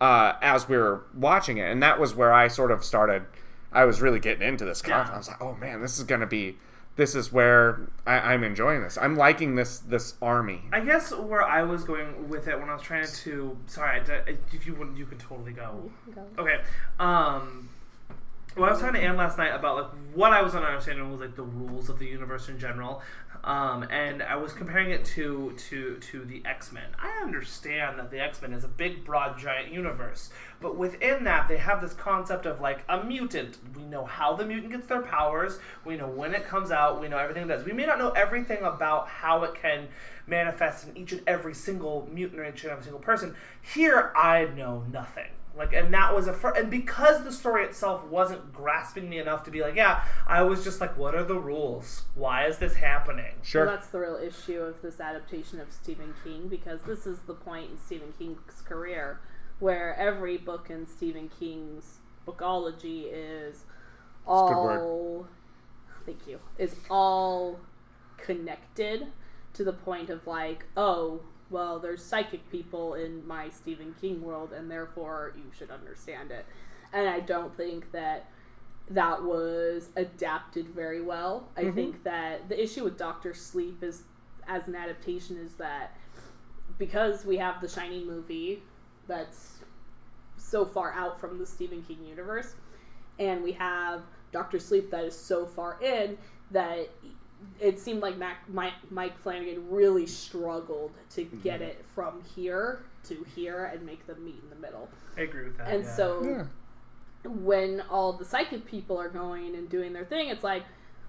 Speaker 5: uh, as we were watching it, and that was where I sort of started. I was really getting into this concept. I was like, oh man, this is gonna be. This is where I, I'm enjoying this. I'm liking this this army.
Speaker 2: I guess where I was going with it when I was trying to. Sorry, I d- if you wouldn't, you could totally go. Okay. Um. Well, I was talking to Anne last night about like what I was understanding was like the rules of the universe in general, um, and I was comparing it to to to the X Men. I understand that the X Men is a big, broad, giant universe, but within that they have this concept of like a mutant. We know how the mutant gets their powers. We know when it comes out. We know everything it does. We may not know everything about how it can manifest in each and every single mutant or each and every single person. Here, I know nothing. Like, and that was a fir- and because the story itself wasn't grasping me enough to be like, yeah, I was just like, what are the rules? Why is this happening?
Speaker 5: Sure.
Speaker 3: Well, that's the real issue of this adaptation of Stephen King because this is the point in Stephen King's career where every book in Stephen King's bookology is
Speaker 5: good word.
Speaker 3: all thank you is all connected to the point of like oh well there's psychic people in my Stephen King world and therefore you should understand it and I don't think that that was adapted very well. I
Speaker 5: Mm-hmm.
Speaker 3: think that the issue with Doctor Sleep is as an adaptation is that because we have the Shining movie that's so far out from the Stephen King universe, and we have Doctor Sleep that is so far in that it seemed like Mac, Mike, Mike Flanagan really struggled to get it from here to here and make them meet in the middle.
Speaker 2: I agree with that.
Speaker 3: And
Speaker 2: yeah.
Speaker 3: so when all the psychic people are going and doing their thing, it's like,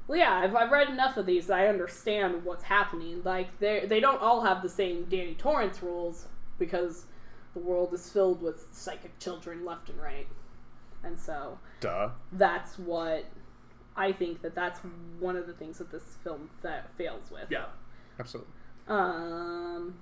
Speaker 3: well, yeah, I've, I've read enough of these. I understand what's happening. Like, they they don't all have the same Danny Torrance rules because the world is filled with psychic children left and right. And so
Speaker 5: Duh.
Speaker 3: that's what I think that that's one of the things that this film fa- fails with.
Speaker 2: yeah,
Speaker 5: Absolutely.
Speaker 3: Um,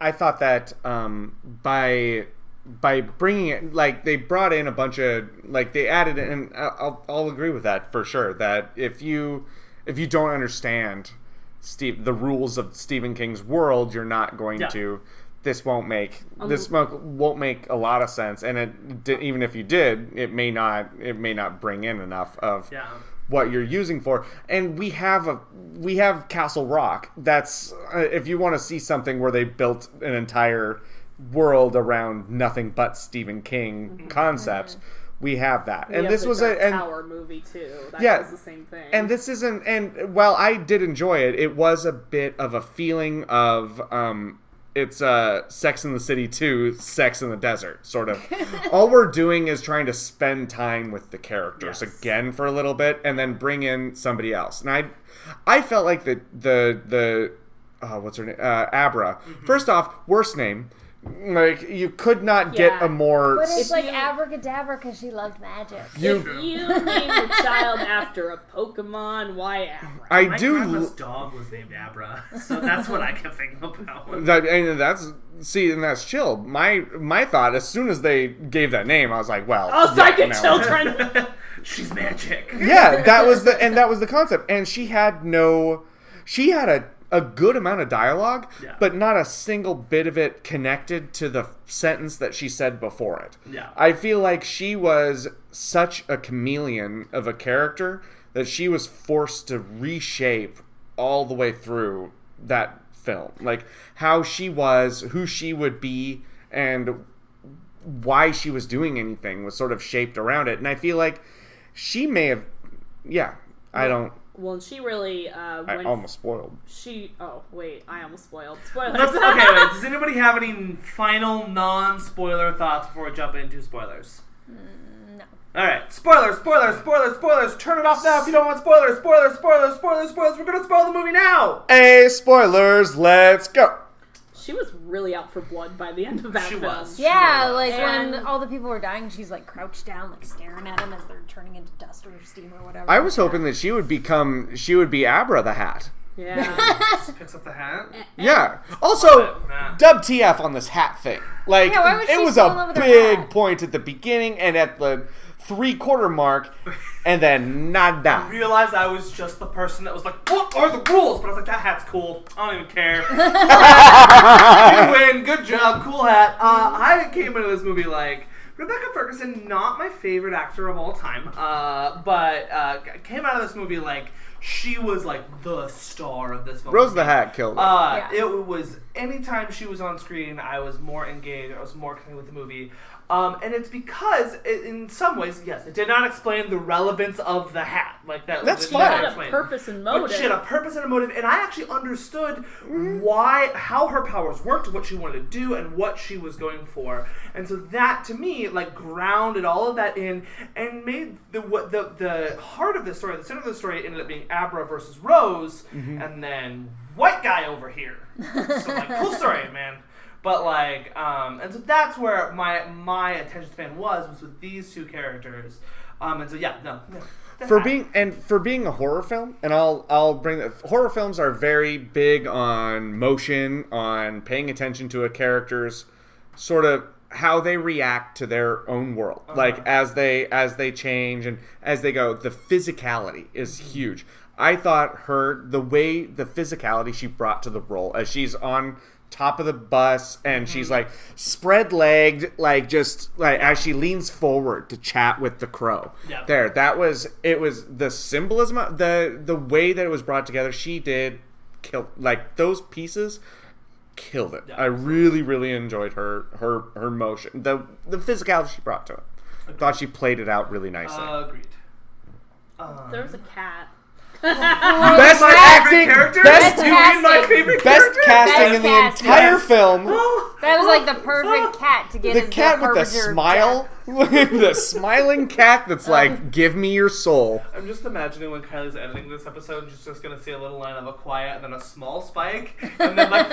Speaker 5: I thought that um, by by bringing it like they brought in a bunch of like they added in, and I- I'll, I'll agree with that for sure that if you if you don't understand Steve the rules of Stephen King's world you're not going
Speaker 2: Yeah.
Speaker 5: to this won't make this mo- won't make a lot of sense and it di- even if you did it may not it may not bring in enough of
Speaker 2: yeah.
Speaker 5: what you're using for and we have a we have castle rock that's uh, if you want to see something where they built an entire world around nothing but stephen king concepts we have that
Speaker 3: Mm-hmm. we
Speaker 5: and
Speaker 3: have
Speaker 5: this
Speaker 3: the
Speaker 5: was a
Speaker 3: Dark
Speaker 5: and,
Speaker 3: Tower movie too. That
Speaker 5: Yeah.
Speaker 3: was the same thing.
Speaker 5: and this isn't and while i did enjoy it it was a bit of a feeling of um it's uh sex in the city 2 sex in the desert sort of all we're doing is trying to spend time with the characters
Speaker 2: Yes.
Speaker 5: again for a little bit and then bring in somebody else and i i felt like the the the uh, what's her name uh, abra first off worst name like you could not get
Speaker 3: Yeah.
Speaker 5: a more
Speaker 4: But it's
Speaker 3: If
Speaker 4: like
Speaker 3: you-
Speaker 4: abracadabra because she loved magic.
Speaker 5: you
Speaker 3: If you name your child after a Pokemon, why Abra?
Speaker 5: i
Speaker 2: My
Speaker 5: do
Speaker 2: grandma's dog was named Abra, so that's what I kept thinking about.
Speaker 5: That and that's see, and that's chill. My my thought as soon as they gave that name, I was like, well,
Speaker 3: Oh, psychic
Speaker 5: no.
Speaker 3: children!
Speaker 2: She's magic.
Speaker 5: Yeah, that was the and that was the concept. And she had no, she had a a good amount of dialogue,
Speaker 2: Yeah.
Speaker 5: but not a single bit of it connected to the sentence that she said before it.
Speaker 2: Yeah.
Speaker 5: I feel like she was such a chameleon of a character that she was forced to reshape all the way through that film. Like how she was, who she would be, and why she was doing anything was sort of shaped around it. And I feel like she may have, yeah, I don't,
Speaker 3: well, she really, uh,
Speaker 5: I
Speaker 3: when
Speaker 5: almost spoiled.
Speaker 3: she, oh, wait, I almost spoiled. Spoilers.
Speaker 2: Let's, okay, wait, does anybody have any final non-spoiler thoughts before we jump into spoilers?
Speaker 3: Mm,
Speaker 4: no.
Speaker 2: All right, spoilers, spoilers, spoilers, spoilers. Turn it off now if you don't want spoilers, spoilers, spoilers, spoilers, spoilers. We're gonna spoil the movie now.
Speaker 5: Hey, spoilers, let's go.
Speaker 3: she was really out for blood by the end of that
Speaker 2: She
Speaker 3: film.
Speaker 2: was.
Speaker 4: Yeah, like
Speaker 3: And-
Speaker 4: when all the people were dying, she's like crouched down, like staring at them as they're turning into dust or steam or whatever.
Speaker 5: I was hoping that she would become she would be Abra the Hat.
Speaker 3: Yeah.
Speaker 2: Just picks up the
Speaker 3: Eh,
Speaker 2: hat.
Speaker 5: Yeah. Also,
Speaker 2: Nah.
Speaker 5: dub TF on this hat thing. Like
Speaker 4: Yeah, why was
Speaker 5: it
Speaker 4: she
Speaker 5: was
Speaker 4: still in
Speaker 5: a
Speaker 4: love with her
Speaker 5: big
Speaker 4: hat?
Speaker 5: point at the beginning and at the three quarter mark, and then nada.
Speaker 2: Realized I was just the person that was like, "What are the rules?" But I was like, "That hat's cool. I don't even care." you win. Good job. Cool hat. Uh, I came into this movie like Rebecca Ferguson, not my favorite actor of all time, uh, but uh, came out of this movie like she was like the star of this movie.
Speaker 5: Rose the Hat killed. it.
Speaker 2: Uh,
Speaker 4: Yeah.
Speaker 2: It was anytime she was on screen, I was more engaged. I was more connected with the movie, um, and it's because, i in some ways, yes, it did not explain the relevance of the hat. Like that.
Speaker 5: That's
Speaker 2: did not
Speaker 5: fine.
Speaker 3: Had a
Speaker 2: explain.
Speaker 3: purpose and
Speaker 2: But
Speaker 3: motive.
Speaker 2: she had a purpose and a motive, and I actually understood why, how her powers worked, what she wanted to do, and what she was going for. And so that, to me, like grounded all of that in, and made the what the the heart of the story, the center of the story, ended up being Abra versus Rose, and then white guy over here. so like, cool story, man. But like, um, and so that's where my my attention span was was with these two characters. Um, and so yeah, no. no.
Speaker 5: for being and for being a horror film and i'll i'll bring that horror films are very big on motion on paying attention to a character's sort of how they react to their own world like as they as they change and as they go the physicality is huge i thought her the way the physicality she brought to the role as she's on top of the bus and she's like spread legged like just like as she leans forward to chat with the crow
Speaker 2: Yeah.
Speaker 5: there that was it was the symbolism of- the the way that it was brought together she did kill like those pieces killed it i really really enjoyed her her her motion the the physicality she brought to it thought she played it out really nicely
Speaker 2: Agreed. Um,
Speaker 3: there was a cat.
Speaker 5: best
Speaker 2: my
Speaker 5: acting
Speaker 2: favorite character.
Speaker 5: best,
Speaker 2: you mean my
Speaker 4: casting.
Speaker 2: favorite
Speaker 5: best
Speaker 2: character.
Speaker 5: casting
Speaker 4: Best
Speaker 5: in the
Speaker 4: casting.
Speaker 5: entire film
Speaker 4: That was like the perfect cat to get
Speaker 5: the
Speaker 4: as
Speaker 5: cat with the
Speaker 4: harbinger of
Speaker 5: smile the smiling cat that's like give me your soul
Speaker 2: I'm just imagining when Kylie's editing this episode, she's just gonna see a little line of a quiet and then a small spike, and then like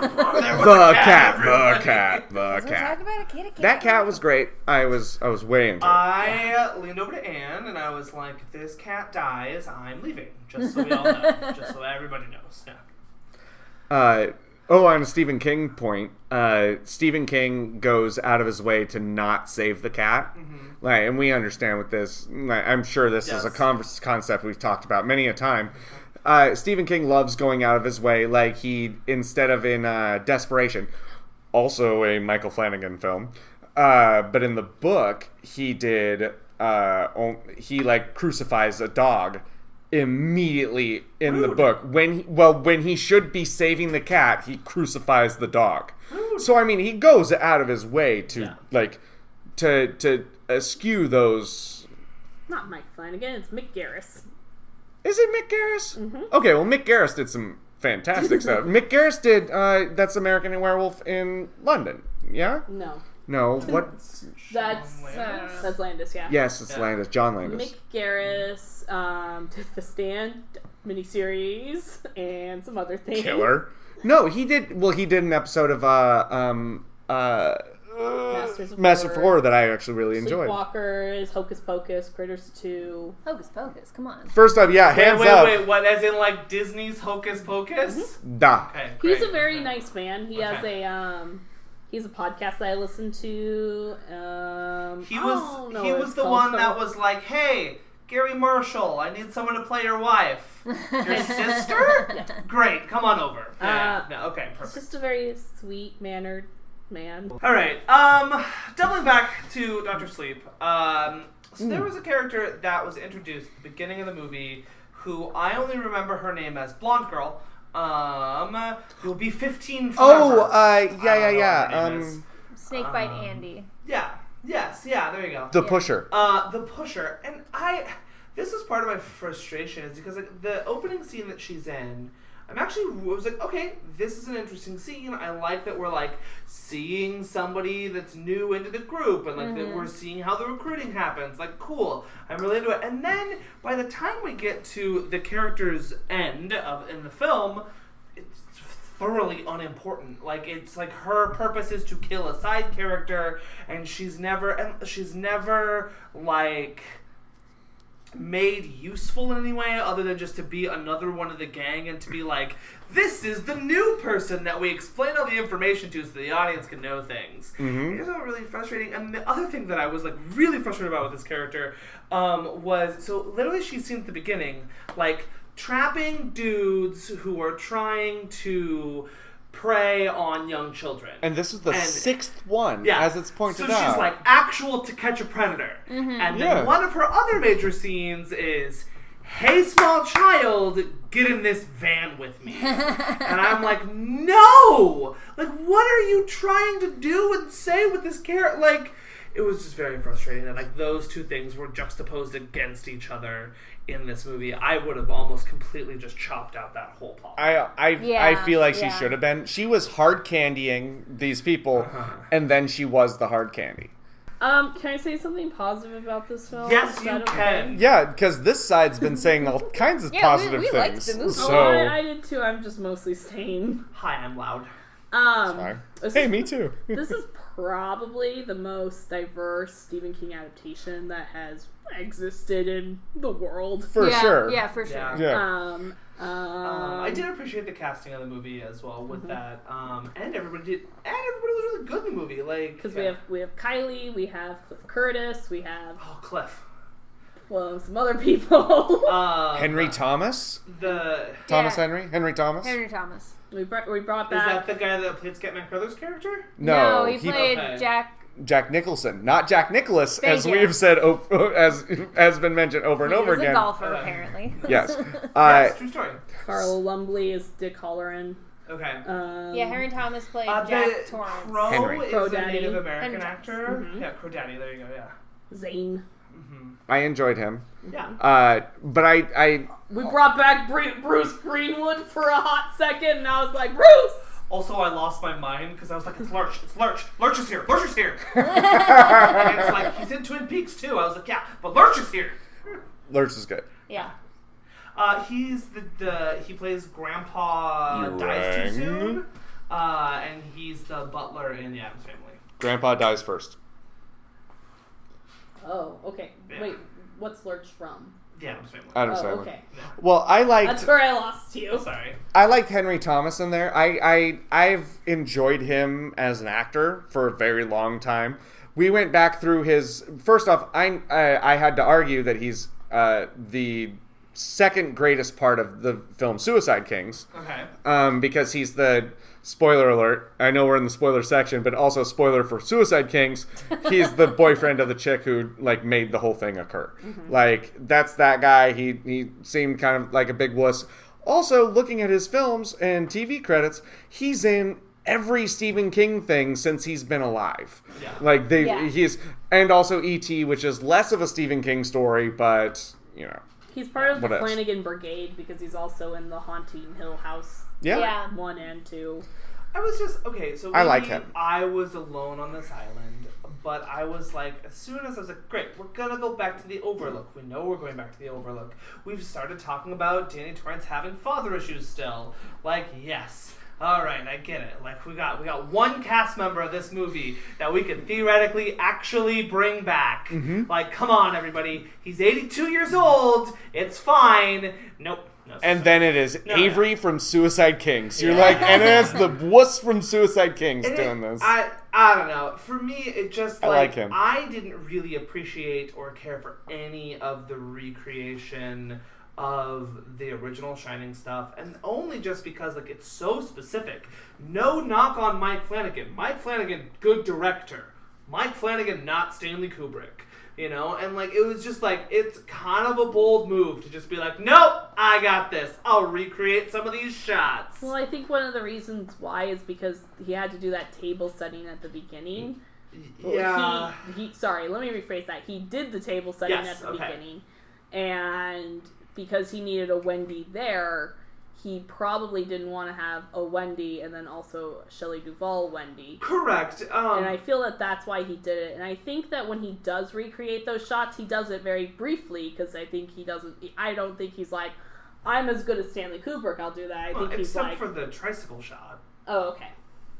Speaker 5: the cat the cat the
Speaker 4: death. We'll
Speaker 5: cat
Speaker 4: Talk about a kitty cat.
Speaker 5: That cat was great. I was I was way into it.
Speaker 2: I leaned over to Anne and I was like, "If this cat dies, I'm leaving." Just so we all know, just so everybody knows. Yeah.
Speaker 5: Uh, oh, on a Stephen King point, uh, Stephen King goes out of his way to not save the cat. Like, and we understand with this. Like, I'm sure this is a
Speaker 2: Yes.
Speaker 5: converse concept we've talked about many a time. Uh, Stephen King loves going out of his way, like he instead of in uh, desperation, also a Michael Flanagan film. Uh, but in the book, he did. Uh, on, he like crucifies a dog immediately in the book when he, well when he should be saving the cat, he crucifies the dog. So I mean, he goes out of his way to like to to eschew those.
Speaker 3: Not Mike Flanagan, it's Mick Garris.
Speaker 5: Is it Mick Garris?
Speaker 2: Mm-hmm.
Speaker 5: Okay, well Mick Garris did some fantastic stuff. Mick Garris did uh, that's American Werewolf in London. Yeah.
Speaker 3: No.
Speaker 5: No, what?
Speaker 3: That's uh,
Speaker 2: Landis?
Speaker 3: that's Landis, yeah.
Speaker 5: Yes, it's
Speaker 2: Yeah.
Speaker 5: Landis, John Landis.
Speaker 3: Mick Garris um, did the Stand miniseries and some other things.
Speaker 5: Killer. No, he did. Well, he did an episode of uh um uh
Speaker 3: Masters of
Speaker 5: Master
Speaker 3: Horror.
Speaker 5: Horror that I actually really enjoyed.
Speaker 3: Sleepwalkers, Hocus Pocus, Critters 2.
Speaker 4: Hocus Pocus, come on.
Speaker 5: First up, yeah,
Speaker 2: Wait,
Speaker 5: hands
Speaker 2: wait,
Speaker 5: up. Mm-hmm.
Speaker 2: wait. What? As in like Disney's Hocus Pocus?
Speaker 5: Da.
Speaker 2: Okay.
Speaker 3: He's
Speaker 2: great.
Speaker 3: a very
Speaker 2: Okay.
Speaker 3: nice man. He has
Speaker 2: Okay.
Speaker 3: a um he's a podcast that I listen to. Um
Speaker 2: He
Speaker 3: I
Speaker 2: was
Speaker 3: don't know
Speaker 2: he
Speaker 3: what
Speaker 2: was
Speaker 3: it's
Speaker 2: the
Speaker 3: called,
Speaker 2: one
Speaker 3: so-
Speaker 2: that was like, "Hey, Gary Marshall, I need someone to play your wife. Your sister? Great, come on over." Yeah,
Speaker 3: Uh,
Speaker 2: no, okay,
Speaker 3: It's
Speaker 2: perfect.
Speaker 3: just a very sweet mannered man.
Speaker 2: All right. Um, doubling back to Doctor Sleep. Um, so
Speaker 3: Hmm.
Speaker 2: there was a character that was introduced at the beginning of the movie, who I only remember her name as Blonde Girl. Um, you'll be fifteen.
Speaker 5: Oh,
Speaker 2: forever.
Speaker 5: uh,
Speaker 2: I
Speaker 5: yeah, yeah,
Speaker 2: don't know
Speaker 5: yeah.
Speaker 2: what her name is.
Speaker 5: Um,
Speaker 4: Snakebite
Speaker 2: Um,
Speaker 4: Andy.
Speaker 2: yeah. Yes. Yeah. There you go.
Speaker 5: the pusher.
Speaker 2: Uh, the pusher, and I. This is part of my frustration is because like the opening scene that she's in, I'm actually I was like, okay, this is an interesting scene. I like that we're like seeing somebody that's new into the group, and like that we're seeing how the recruiting happens. Like, cool. I'm really into it. And then by the time we get to the character's end of in the film, it's thoroughly unimportant. Like it's like her purpose is to kill a side character, and she's never and she's never like made useful in any way other than just to be another one of the gang and to be like this is the new person that we explain all the information to so the audience can know things it's all really frustrating and the other thing that i was like really frustrated about with this character um, was so literally she seemed at the beginning like trapping dudes who are trying to prey on young children
Speaker 5: And this is the
Speaker 2: And-
Speaker 5: sixth one,
Speaker 2: yeah.
Speaker 5: as it's pointed
Speaker 2: so
Speaker 5: out.
Speaker 2: she's like actual to catch a predator. And then
Speaker 5: Yeah.
Speaker 2: one of her other major scenes is, hey, small child, get in this van with me. and I'm like, no! Like, what are you trying to do and say with this character? Like, it was just very frustrating that like those two things were juxtaposed against each other in this movie. I would have almost completely just chopped out that whole plot.
Speaker 5: I I, I
Speaker 4: Yeah,
Speaker 5: feel like
Speaker 4: yeah.
Speaker 5: she should have been. She was hard candying these people, and then she was the hard candy.
Speaker 3: Um, can I say something positive about this film?
Speaker 2: Yes,
Speaker 3: Is
Speaker 2: you
Speaker 3: that okay?
Speaker 2: can.
Speaker 5: Yeah, because this side's been saying all kinds of
Speaker 4: Yeah, we-
Speaker 5: positive
Speaker 4: we liked
Speaker 5: things.
Speaker 4: the movie.
Speaker 3: Oh,
Speaker 5: So
Speaker 3: I, I did too. I'm just mostly sane.
Speaker 2: Hi, I'm loud.
Speaker 3: Um,
Speaker 5: Fine.
Speaker 3: this
Speaker 5: hey,
Speaker 3: is-
Speaker 5: me too.
Speaker 3: this is probably the most diverse Stephen King adaptation that has existed in the world.
Speaker 5: for
Speaker 4: yeah,
Speaker 5: sure.
Speaker 4: Yeah, Uh, for sure.
Speaker 2: Yeah.
Speaker 5: Yeah.
Speaker 3: Um, um,
Speaker 2: Um, I did appreciate the casting of the movie as well with that, um, and everybody did, and everybody was really good in the movie. Like
Speaker 3: because we have we have Kylie, we have Cliff Curtis, we have
Speaker 2: oh Cliff,
Speaker 3: well some other people.
Speaker 2: um,
Speaker 5: Henry Thomas,
Speaker 2: the is
Speaker 5: Thomas
Speaker 4: Yeah.
Speaker 5: Henry, Henry Thomas.
Speaker 4: Henry Thomas.
Speaker 3: we brought we brought
Speaker 2: that
Speaker 3: back
Speaker 2: the guy that played Scatman Crothers' character?
Speaker 5: No,
Speaker 4: he, played
Speaker 2: Okay.
Speaker 4: Jack.
Speaker 5: Jack Nicholson, not Jack Nicholas,
Speaker 4: Thank
Speaker 5: as
Speaker 4: you.
Speaker 5: we've said o- as has been mentioned over and
Speaker 4: He
Speaker 5: over
Speaker 4: was
Speaker 5: again.
Speaker 4: a golfer,
Speaker 2: Okay.
Speaker 4: apparently.
Speaker 5: Yes. Uh,
Speaker 2: Yes, true story.
Speaker 3: Carl Lumbly as Dick Halloran.
Speaker 2: Okay.
Speaker 3: Um,
Speaker 4: yeah, Henry Thomas played
Speaker 2: Uh,
Speaker 4: Jack
Speaker 2: the
Speaker 4: Torrance.
Speaker 2: Crow
Speaker 5: Henry.
Speaker 2: is
Speaker 3: Crow
Speaker 2: a
Speaker 3: Daddy.
Speaker 2: Native American
Speaker 4: Henry.
Speaker 2: actor. Yeah, Crow Daddy. There you go. Yeah.
Speaker 3: Zane.
Speaker 5: I enjoyed him,
Speaker 2: Yeah.
Speaker 5: uh, but I, I
Speaker 3: We brought back Bru- Bruce Greenwood for a hot second, and I was like, Bruce.
Speaker 2: Also, I lost my mind because I was like, "It's Lurch! It's Lurch! Lurch is here! Lurch is here!" and it's like he's in Twin Peaks too. I was like, "Yeah, but Lurch is here."
Speaker 5: Lurch is good.
Speaker 4: Yeah.
Speaker 2: Uh, he's the, the he plays Grandpa
Speaker 5: You
Speaker 2: dies
Speaker 5: rang?
Speaker 2: too soon, uh, and he's the butler in the Adams Family.
Speaker 5: Grandpa dies first.
Speaker 3: Oh, okay.
Speaker 2: Yeah.
Speaker 3: Wait, what's Lurch from?
Speaker 2: The Adams Family.
Speaker 5: Adam
Speaker 3: Oh,
Speaker 5: Sandler.
Speaker 3: okay.
Speaker 5: Well, I liked
Speaker 3: That's where I lost you.
Speaker 2: Sorry.
Speaker 5: I liked Henry Thomas in there. I, I I've enjoyed him as an actor for a very long time. We went back through his. First off, I I, I had to argue that he's uh, the second greatest part of the film Suicide Kings
Speaker 2: Okay.
Speaker 5: um, because he's the spoiler alert. I know we're in the spoiler section, but also spoiler for Suicide Kings. He's the boyfriend of the chick who like made the whole thing occur. Like that's that guy. He he seemed kind of like a big wuss. Also, looking at his films and TV credits, he's in every Stephen King thing since he's been alive.
Speaker 2: Yeah.
Speaker 5: Like they
Speaker 4: Yeah.
Speaker 5: he's and also E.T., which is less of a Stephen King story, but you know.
Speaker 3: He's part of the
Speaker 5: What else?
Speaker 3: Flanagan Brigade because he's also in the Haunting Hill House
Speaker 5: Yeah.
Speaker 4: Yeah.
Speaker 3: one and two.
Speaker 2: I was just okay. So
Speaker 5: I like
Speaker 2: maybe
Speaker 5: him.
Speaker 2: I was alone on this island, but I was like, as soon as I was like, great, we're gonna go back to the Overlook. We know we're going back to the Overlook. We've started talking about Danny Torrance having father issues still. Like, yes. All right, I get it. Like we got we got one cast member of this movie that we could theoretically actually bring back.
Speaker 5: Mm-hmm.
Speaker 2: Like, come on, everybody. He's 82 years old. It's fine. Nope. No,
Speaker 5: And then it is
Speaker 2: No,
Speaker 5: Avery from Suicide Kings. You're like, and then it's the wuss from Suicide Kings
Speaker 2: And it-
Speaker 5: doing this.
Speaker 2: I I don't know. For me, it just
Speaker 5: I
Speaker 2: like,
Speaker 5: like him.
Speaker 2: I didn't really appreciate or care for any of the recreation of the original Shining stuff, and only just because like it's so specific. No knock on Mike Flanagan. Mike Flanagan, good director. Mike Flanagan, not Stanley Kubrick. You know, and like it was just like it's kind of a bold move to just be like, nope, I got this. I'll recreate some of these shots.
Speaker 3: Well, I think one of the reasons why is because he had to do that table setting at the beginning.
Speaker 2: yeah.
Speaker 3: He, he, sorry, let me rephrase that. He did the table setting
Speaker 2: Yes,
Speaker 3: at the
Speaker 2: okay.
Speaker 3: beginning, and because he needed a Wendy there, he probably didn't want to have a Wendy and then also Shelley Duvall Wendy.
Speaker 2: Correct. Um,
Speaker 3: And I feel that that's why he did it. And I think that when he does recreate those shots, he does it very briefly because I think he doesn't. I don't think he's like, I'm as good as Stanley Kubrick. I'll do that. I
Speaker 2: Well,
Speaker 3: think he's
Speaker 2: except
Speaker 3: like,
Speaker 2: for the tricycle shot.
Speaker 3: oh, okay,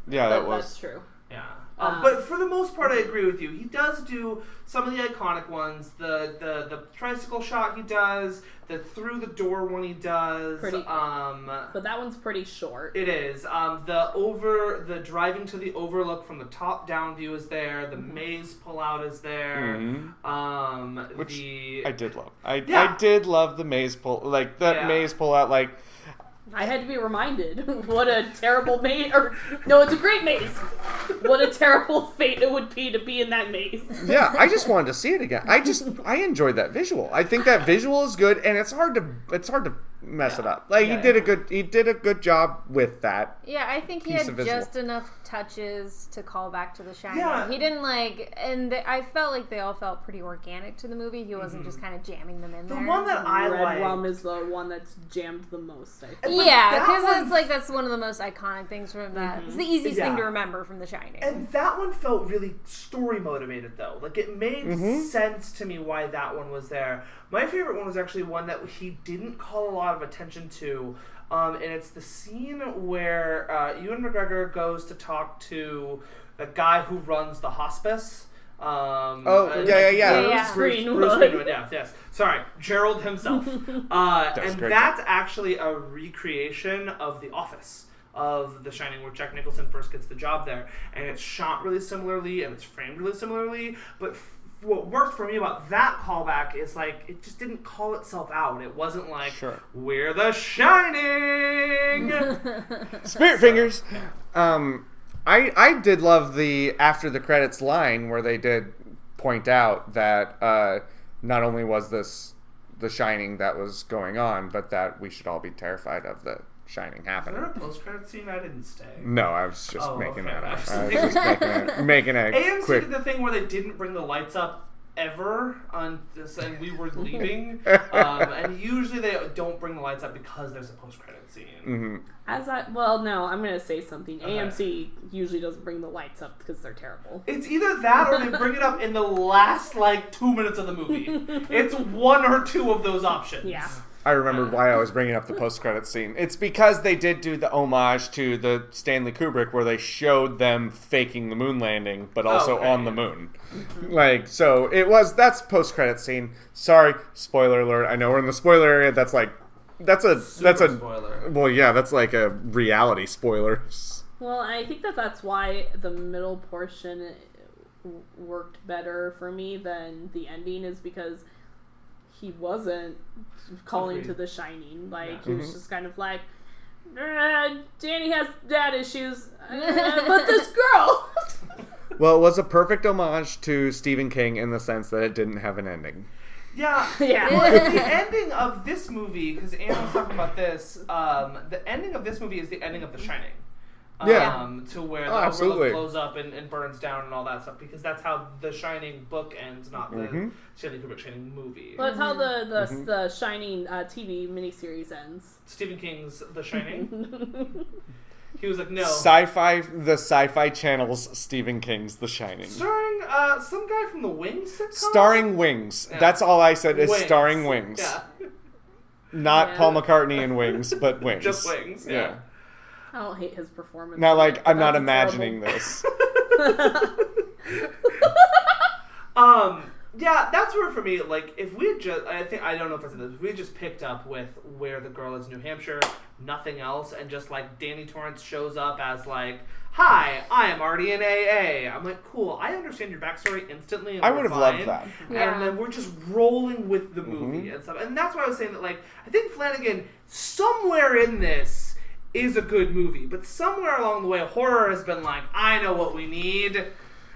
Speaker 5: Yeah, that
Speaker 3: That- that's
Speaker 5: was.
Speaker 3: true.
Speaker 2: Yeah. Um,
Speaker 3: Um,
Speaker 2: but for the most part, I agree with you. He does do some of the iconic ones. The the, the tricycle shot he does. The through the door one he does.
Speaker 3: Pretty-
Speaker 2: Um,
Speaker 3: But that one's pretty short.
Speaker 2: it is um, the over the driving to the overlook from the top down view is there. The
Speaker 3: Mm-hmm.
Speaker 2: maze pull out is there.
Speaker 5: Mhm.
Speaker 2: Um,
Speaker 5: Which
Speaker 2: the
Speaker 5: I did love. I,
Speaker 2: Yeah.
Speaker 5: I did love the maze pull, like that
Speaker 2: Yeah.
Speaker 5: maze pull out. Like
Speaker 3: I had to be reminded. what a terrible maze! Or no, it's a great maze. What a terrible fate it would be to be in that maze.
Speaker 5: yeah, I just wanted to see it again. I just I enjoyed that visual. I think that visual is good, and it's hard to it's hard to mess it up. Like
Speaker 2: Yeah,
Speaker 5: he did
Speaker 2: yeah.
Speaker 5: a good he did a good job with that.
Speaker 4: Yeah, I think he
Speaker 5: Piece
Speaker 4: had
Speaker 5: of visual.
Speaker 4: just enough touches to call back to The Shining.
Speaker 2: Yeah.
Speaker 4: He didn't like, and they, I felt like they all felt pretty organic to the movie. He wasn't just kind of jamming them in
Speaker 2: Mm-hmm. the
Speaker 4: there.
Speaker 2: one that I
Speaker 3: Red
Speaker 2: like.
Speaker 3: rum is the one that's jammed the most. I think.
Speaker 2: But
Speaker 4: yeah,
Speaker 2: that
Speaker 4: because
Speaker 2: one-
Speaker 4: it's like that's one of the most iconic things from that. It's the easiest
Speaker 2: Yeah.
Speaker 4: thing to remember from The Shining.
Speaker 2: And that one felt really story motivated, though. Like it made
Speaker 5: Mm-hmm.
Speaker 2: sense to me why that one was there. My favorite one was actually one that he didn't call a lot of attention to, um, and it's the scene where uh, Ewan McGregor goes to talk to the guy who runs the hospice. Um,
Speaker 5: Oh,
Speaker 2: uh,
Speaker 5: yeah, yeah, yeah.
Speaker 2: Bruce-
Speaker 4: Yeah.
Speaker 2: Bruce- Bruce
Speaker 3: Greenwood.
Speaker 2: Greenwood, yeah, yes. Sorry, Gerald himself. Uh,
Speaker 5: That's
Speaker 2: and
Speaker 5: great.
Speaker 2: that's actually a recreation of The Office of The Shining, where Jack Nicholson first gets the job there. And it's shot really similarly and it's framed really similarly. But f- what worked for me about that callback is like it just didn't call itself out. It wasn't like
Speaker 5: Sure.
Speaker 2: we're The Shining.
Speaker 5: Spirit fingers. Um, I I did love the after the credits line where they did point out that uh, not only was this the Shining that was going on, but that we should all be terrified of the Shining
Speaker 2: Is there
Speaker 5: happening.
Speaker 2: a post credit scene? I didn't stay.
Speaker 5: No, I was just
Speaker 2: Oh,
Speaker 5: making
Speaker 2: okay.
Speaker 5: that up. I was just making a, making a
Speaker 2: AMC
Speaker 5: quick.
Speaker 2: did the thing where they didn't bring the lights up ever on this, and we were leaving. um, and usually they don't bring the lights up because there's a post credit scene.
Speaker 5: Mhm.
Speaker 3: As I well, no, I'm gonna say something.
Speaker 2: Okay.
Speaker 3: AMC usually doesn't bring the lights up because they're terrible.
Speaker 2: It's either that or they bring it up in the last like two minutes of the movie. It's one or two of those options.
Speaker 3: Yeah.
Speaker 5: I remembered why I was bringing up the post-credit scene. It's because they did do the homage to the Stanley Kubrick, where they showed them faking the moon landing, but also
Speaker 2: okay.
Speaker 5: on the moon. Like, so it was. That's post-credit scene. Sorry, spoiler alert. I know we're in the spoiler area. That's like, that's a that's a
Speaker 2: spoiler.
Speaker 5: well, yeah, that's like a reality spoilers.
Speaker 3: Well, I think that that's why the middle portion w- worked better for me than the ending is because he wasn't calling to
Speaker 2: Agreed.
Speaker 3: the shining. Like
Speaker 2: Yeah.
Speaker 3: he was just kind of like, "Uh, Danny has dad issues, uh, but this girl.
Speaker 5: Well, it was a perfect homage to Stephen King in the sense that it didn't have an ending.
Speaker 2: Yeah.
Speaker 3: yeah.
Speaker 2: Well, the ending of this movie, because Anna was talking about this, um, the ending of this movie is the ending of The Shining. Um,
Speaker 5: Yeah.
Speaker 2: To where the
Speaker 5: Oh, absolutely.
Speaker 2: overlook blows up and, and burns down and all that stuff, because that's how The Shining book ends, not the
Speaker 5: Mhm.
Speaker 2: Stanley Kubrick Shining movie.
Speaker 3: Well, that's how the the,
Speaker 5: Mm-hmm.
Speaker 3: the Shining uh, TV miniseries ends.
Speaker 2: Stephen King's The Shining. he was like, no.
Speaker 5: Sci-fi, the Sci-Fi Channel's Stephen King's The Shining.
Speaker 2: Starring uh, some guy from the Wings sitcom?
Speaker 5: Starring Wings.
Speaker 2: Yeah.
Speaker 5: That's all I said is
Speaker 2: Wings.
Speaker 5: starring Wings.
Speaker 2: Yeah.
Speaker 5: Not
Speaker 3: Yeah.
Speaker 5: Paul McCartney and Wings, but Wings.
Speaker 2: Just Wings. Yeah.
Speaker 3: I don't hate his performance.
Speaker 5: Now, like, I'm not
Speaker 3: That's
Speaker 5: imagining
Speaker 3: horrible.
Speaker 5: this.
Speaker 2: Um, yeah, that's where for me, like, if we had just, I think, I don't know if I said this, if we had just picked up with where the girl is in New Hampshire, nothing else, and just like Danny Torrance shows up as like, hi, I am already in AA. I'm like, cool, I understand your backstory instantly. and
Speaker 5: I
Speaker 2: we're
Speaker 5: would have loved
Speaker 2: fine.
Speaker 5: that.
Speaker 4: Yeah.
Speaker 2: And then we're just rolling with
Speaker 5: Mm-hmm.
Speaker 2: the movie and stuff. And that's why I was saying that, like, I think Flanagan, somewhere in this, is a good movie. But somewhere along the way, horror has been like, I know what we need.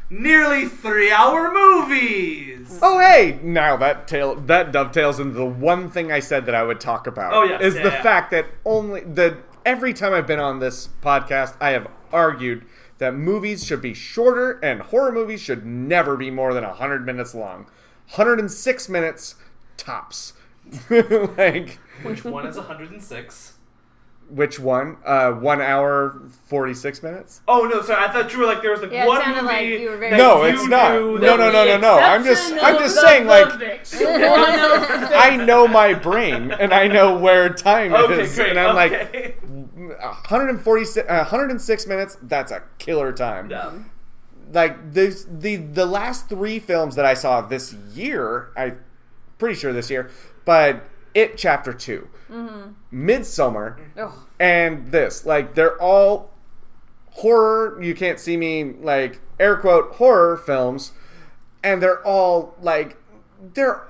Speaker 2: Nearly three hour movies!
Speaker 5: Oh, hey! Now that tail that dovetails into the one thing I said that I would talk about.
Speaker 2: Oh, yes.
Speaker 5: is
Speaker 2: Yeah,
Speaker 5: the
Speaker 2: yeah.
Speaker 5: fact that only the every time I've been on this podcast, I have argued that movies should be shorter and horror movies should never be more than hundred minutes long. Hundred and six minutes tops. like.
Speaker 4: Mm-hmm.
Speaker 2: Which one is 106?
Speaker 5: Which one? Uh, one hour forty six minutes.
Speaker 2: Oh no, sorry. I thought you were like there was like
Speaker 4: Yeah, it
Speaker 2: one
Speaker 4: sounded
Speaker 2: movie.
Speaker 4: like you were very-
Speaker 2: that
Speaker 5: No,
Speaker 2: you
Speaker 5: it's not.
Speaker 2: knew
Speaker 5: No,
Speaker 2: that
Speaker 5: no, no, no, no. I'm just, I'm just saying, like, I know my brain and I know where time
Speaker 2: Okay,
Speaker 5: is,
Speaker 2: great.
Speaker 5: and I'm like,
Speaker 2: okay.
Speaker 5: 146, uh, 106 minutes. That's a killer time.
Speaker 2: Yeah.
Speaker 5: Like the the the last three films that I saw this year, I pretty sure this year, but it chapter 2 Midsummer,
Speaker 4: Oh,
Speaker 5: and this like they're all horror. You can't see me like air quote horror films, and they're all like they're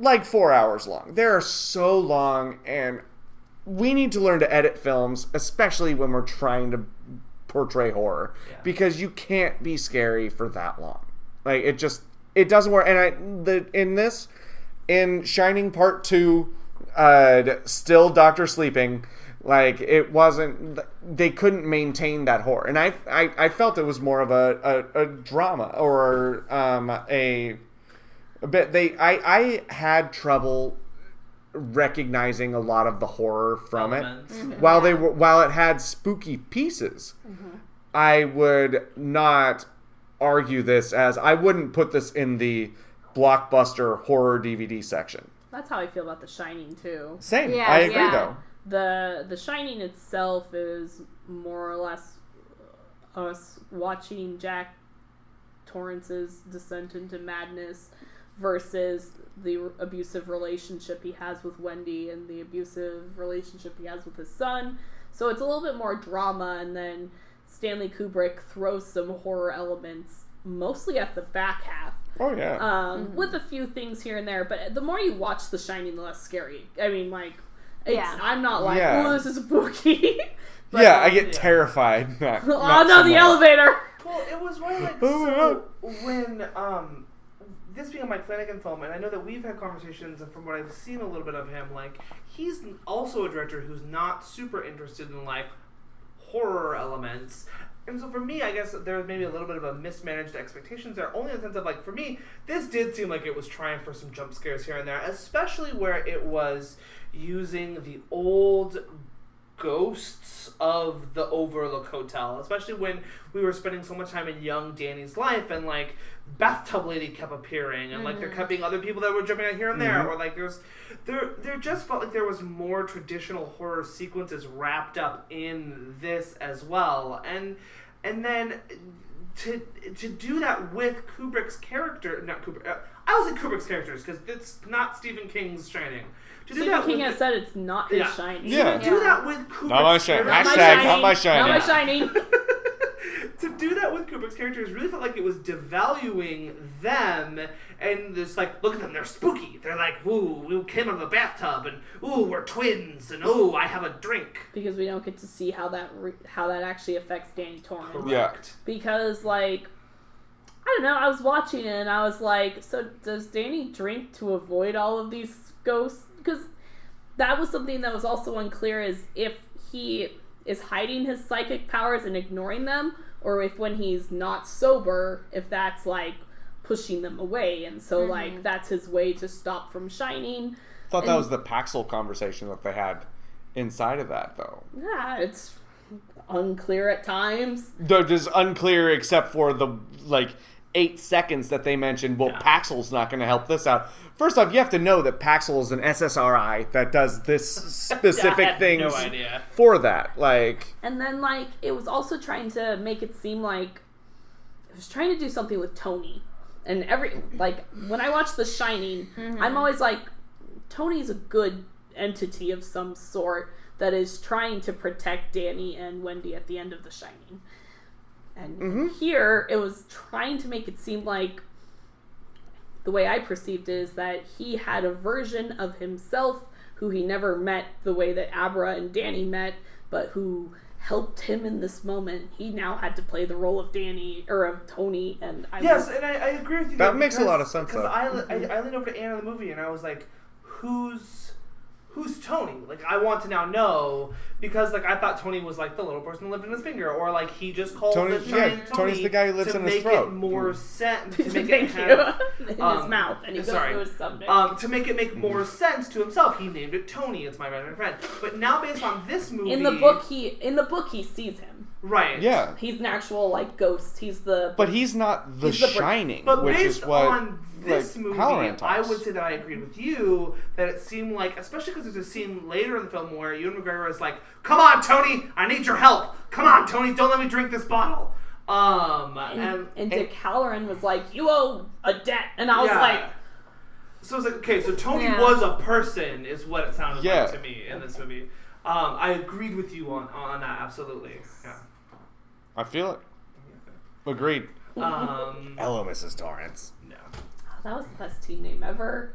Speaker 5: like four hours long. They are so long, and we need to learn to edit films, especially when we're trying to portray horror, because you can't be scary for that long. Like it just it doesn't work. And I the in this in Shining Part Two, uh, still Doctor Sleeping. Like it wasn't, they couldn't maintain that horror, and I, I, I felt it was more of a, a, a drama or um, a but they I I had trouble recognizing a lot of the horror from
Speaker 2: Elements.
Speaker 5: it.
Speaker 3: Mm-hmm.
Speaker 5: While they were while it had spooky pieces, I would not argue this as I wouldn't put this in the blockbuster horror DVD section.
Speaker 3: That's how I feel about The Shining too.
Speaker 5: Same.
Speaker 4: Yeah,
Speaker 5: I agree
Speaker 4: yeah.
Speaker 5: though.
Speaker 3: the The Shining itself is more or less us watching Jack Torrance's descent into madness versus the abusive relationship he has with Wendy and the abusive relationship he has with his son. So it's a little bit more drama, and then Stanley Kubrick throws some horror elements mostly at the back half
Speaker 5: Oh yeah.
Speaker 3: um, with a few things here and there. But the more you watch The Shining, the less scary. I mean, like, it's,
Speaker 4: Yeah.
Speaker 3: I'm not like,
Speaker 5: Yeah.
Speaker 3: oh, this is spooky. but,
Speaker 5: yeah, I
Speaker 3: like,
Speaker 5: get
Speaker 2: yeah.
Speaker 5: terrified. Not,
Speaker 3: Oh
Speaker 5: not
Speaker 3: no,
Speaker 5: so
Speaker 3: the
Speaker 5: much.
Speaker 3: elevator.
Speaker 2: Well, it was one of like
Speaker 5: Oh,
Speaker 2: so when um this being a Mike Flanagan film, and I know that we've had conversations, and from what I've seen a little bit of him, like he's also a director who's not super interested in like horror elements. And so for me, I guess there was maybe a little bit of a mismanaged expectations there, only in the sense of like for me, this did seem like it was trying for some jump scares here and there, especially where it was using the old ghosts of the Overlook Hotel, especially when we were spending so much time in young Danny's life and like bathtub lady kept appearing and like
Speaker 3: Mm-hmm.
Speaker 2: there kept being other people that were jumping out here and there or like there's there there just felt like there was more traditional horror sequences wrapped up in this as well. And and then to to do that with Kubrick's character, not Kubrick. Uh, I was in Kubrick's characters because it's not Stephen King's Shining. To do
Speaker 3: Stephen
Speaker 2: that
Speaker 3: King
Speaker 2: with-
Speaker 3: has said it's not his
Speaker 2: Yeah.
Speaker 3: Shining.
Speaker 5: Yeah.
Speaker 2: do that with Kubrick's
Speaker 5: Not my shining.
Speaker 2: characters-
Speaker 3: Not my
Speaker 5: Hashtag not my
Speaker 3: Shining. Not my
Speaker 5: Shining.
Speaker 3: Shining.
Speaker 2: to do that with Kubrick's characters really felt like it was devaluing them and this like look at them they're spooky they're like ooh we came out of the bathtub and ooh we're twins and ooh I have a drink
Speaker 3: because we don't get to see how that re- how that actually affects Danny Torrance.
Speaker 5: Yeah.
Speaker 3: because like I don't know, I was watching it and I was like, so does Danny drink to avoid all of these ghosts? Because that was something that was also unclear is if he is hiding his psychic powers and ignoring them, or if when he's not sober, if that's like pushing them away, and so like that's his way to stop from shining.
Speaker 5: thought that was the Paxil conversation that they had inside of that though.
Speaker 3: Yeah, it's unclear at times.
Speaker 5: Though just unclear, except for the like eight seconds that they mentioned. Well, Paxil's not going to help this out. First off, you have to know that Paxil is an SSRI that does this
Speaker 2: I
Speaker 5: specific
Speaker 2: had
Speaker 5: thing
Speaker 2: no idea
Speaker 5: for that. Like,
Speaker 3: And then like it was also trying to make it seem like it was trying to do something with Tony. And every like when I watch The Shining, I'm always like Tony's a good entity of some sort that is trying to protect Danny and Wendy at the end of The Shining. And here it was trying to make it seem like the way I perceived it is that he had a version of himself who he never met the way that Abra and Danny met, but who helped him in this moment. He now had to play the role of Danny or of Tony, and Mm-hmm. I
Speaker 2: Yes,
Speaker 3: was,
Speaker 2: and I, I agree with you.
Speaker 5: That
Speaker 2: there
Speaker 5: makes a
Speaker 2: because-
Speaker 5: lot of sense,
Speaker 2: Because
Speaker 5: though.
Speaker 2: I, I, I leaned over to Anna in the movie and I was like, who's who's Tony? Like, I want to now know because, like, I thought Tony was like the little person who lived in his finger, or like he just called
Speaker 5: Tony-
Speaker 2: the
Speaker 5: yeah,
Speaker 2: giant Tony.
Speaker 5: Tony's the guy who lives
Speaker 2: to
Speaker 5: in his
Speaker 2: make
Speaker 5: throat. Mm.
Speaker 2: It more sense. To make it
Speaker 3: Thank
Speaker 2: have,
Speaker 3: you. In his
Speaker 2: um,
Speaker 3: mouth, and he goes
Speaker 2: sorry.
Speaker 3: through his stomach.
Speaker 2: um, to make it make more sense to himself, he named it Tony. It's my best friend. But now, based on this movie,
Speaker 3: in the book, he in the book he sees him.
Speaker 2: right?
Speaker 5: Yeah.
Speaker 3: He's an actual like ghost. He's the
Speaker 5: But he's not the
Speaker 3: He's the br-
Speaker 5: shining,
Speaker 2: But
Speaker 5: which
Speaker 2: based
Speaker 5: is what
Speaker 2: on this
Speaker 5: like,
Speaker 2: movie,
Speaker 5: Halloran
Speaker 2: I
Speaker 5: talks.
Speaker 2: would say that I agreed with you that it seemed like, especially because there's a scene later in the film where Ewan McGregor is like, "Come on, Tony, I need your help. Come on, Tony, don't let me drink this bottle." Um,
Speaker 3: and,
Speaker 2: and,
Speaker 3: and Dick Halloran was like, "You owe a debt," and I was
Speaker 2: yeah.
Speaker 3: like,
Speaker 2: so it's like, okay, so Tony
Speaker 4: Yeah.
Speaker 2: was a person, is what it sounded
Speaker 5: Yeah.
Speaker 2: like to me in this movie. Um, I agreed with you on on that absolutely. Yeah.
Speaker 5: I feel it. Agreed.
Speaker 2: Um,
Speaker 5: Hello, Mrs. Torrance.
Speaker 2: no.
Speaker 3: oh, "That was the best team name ever."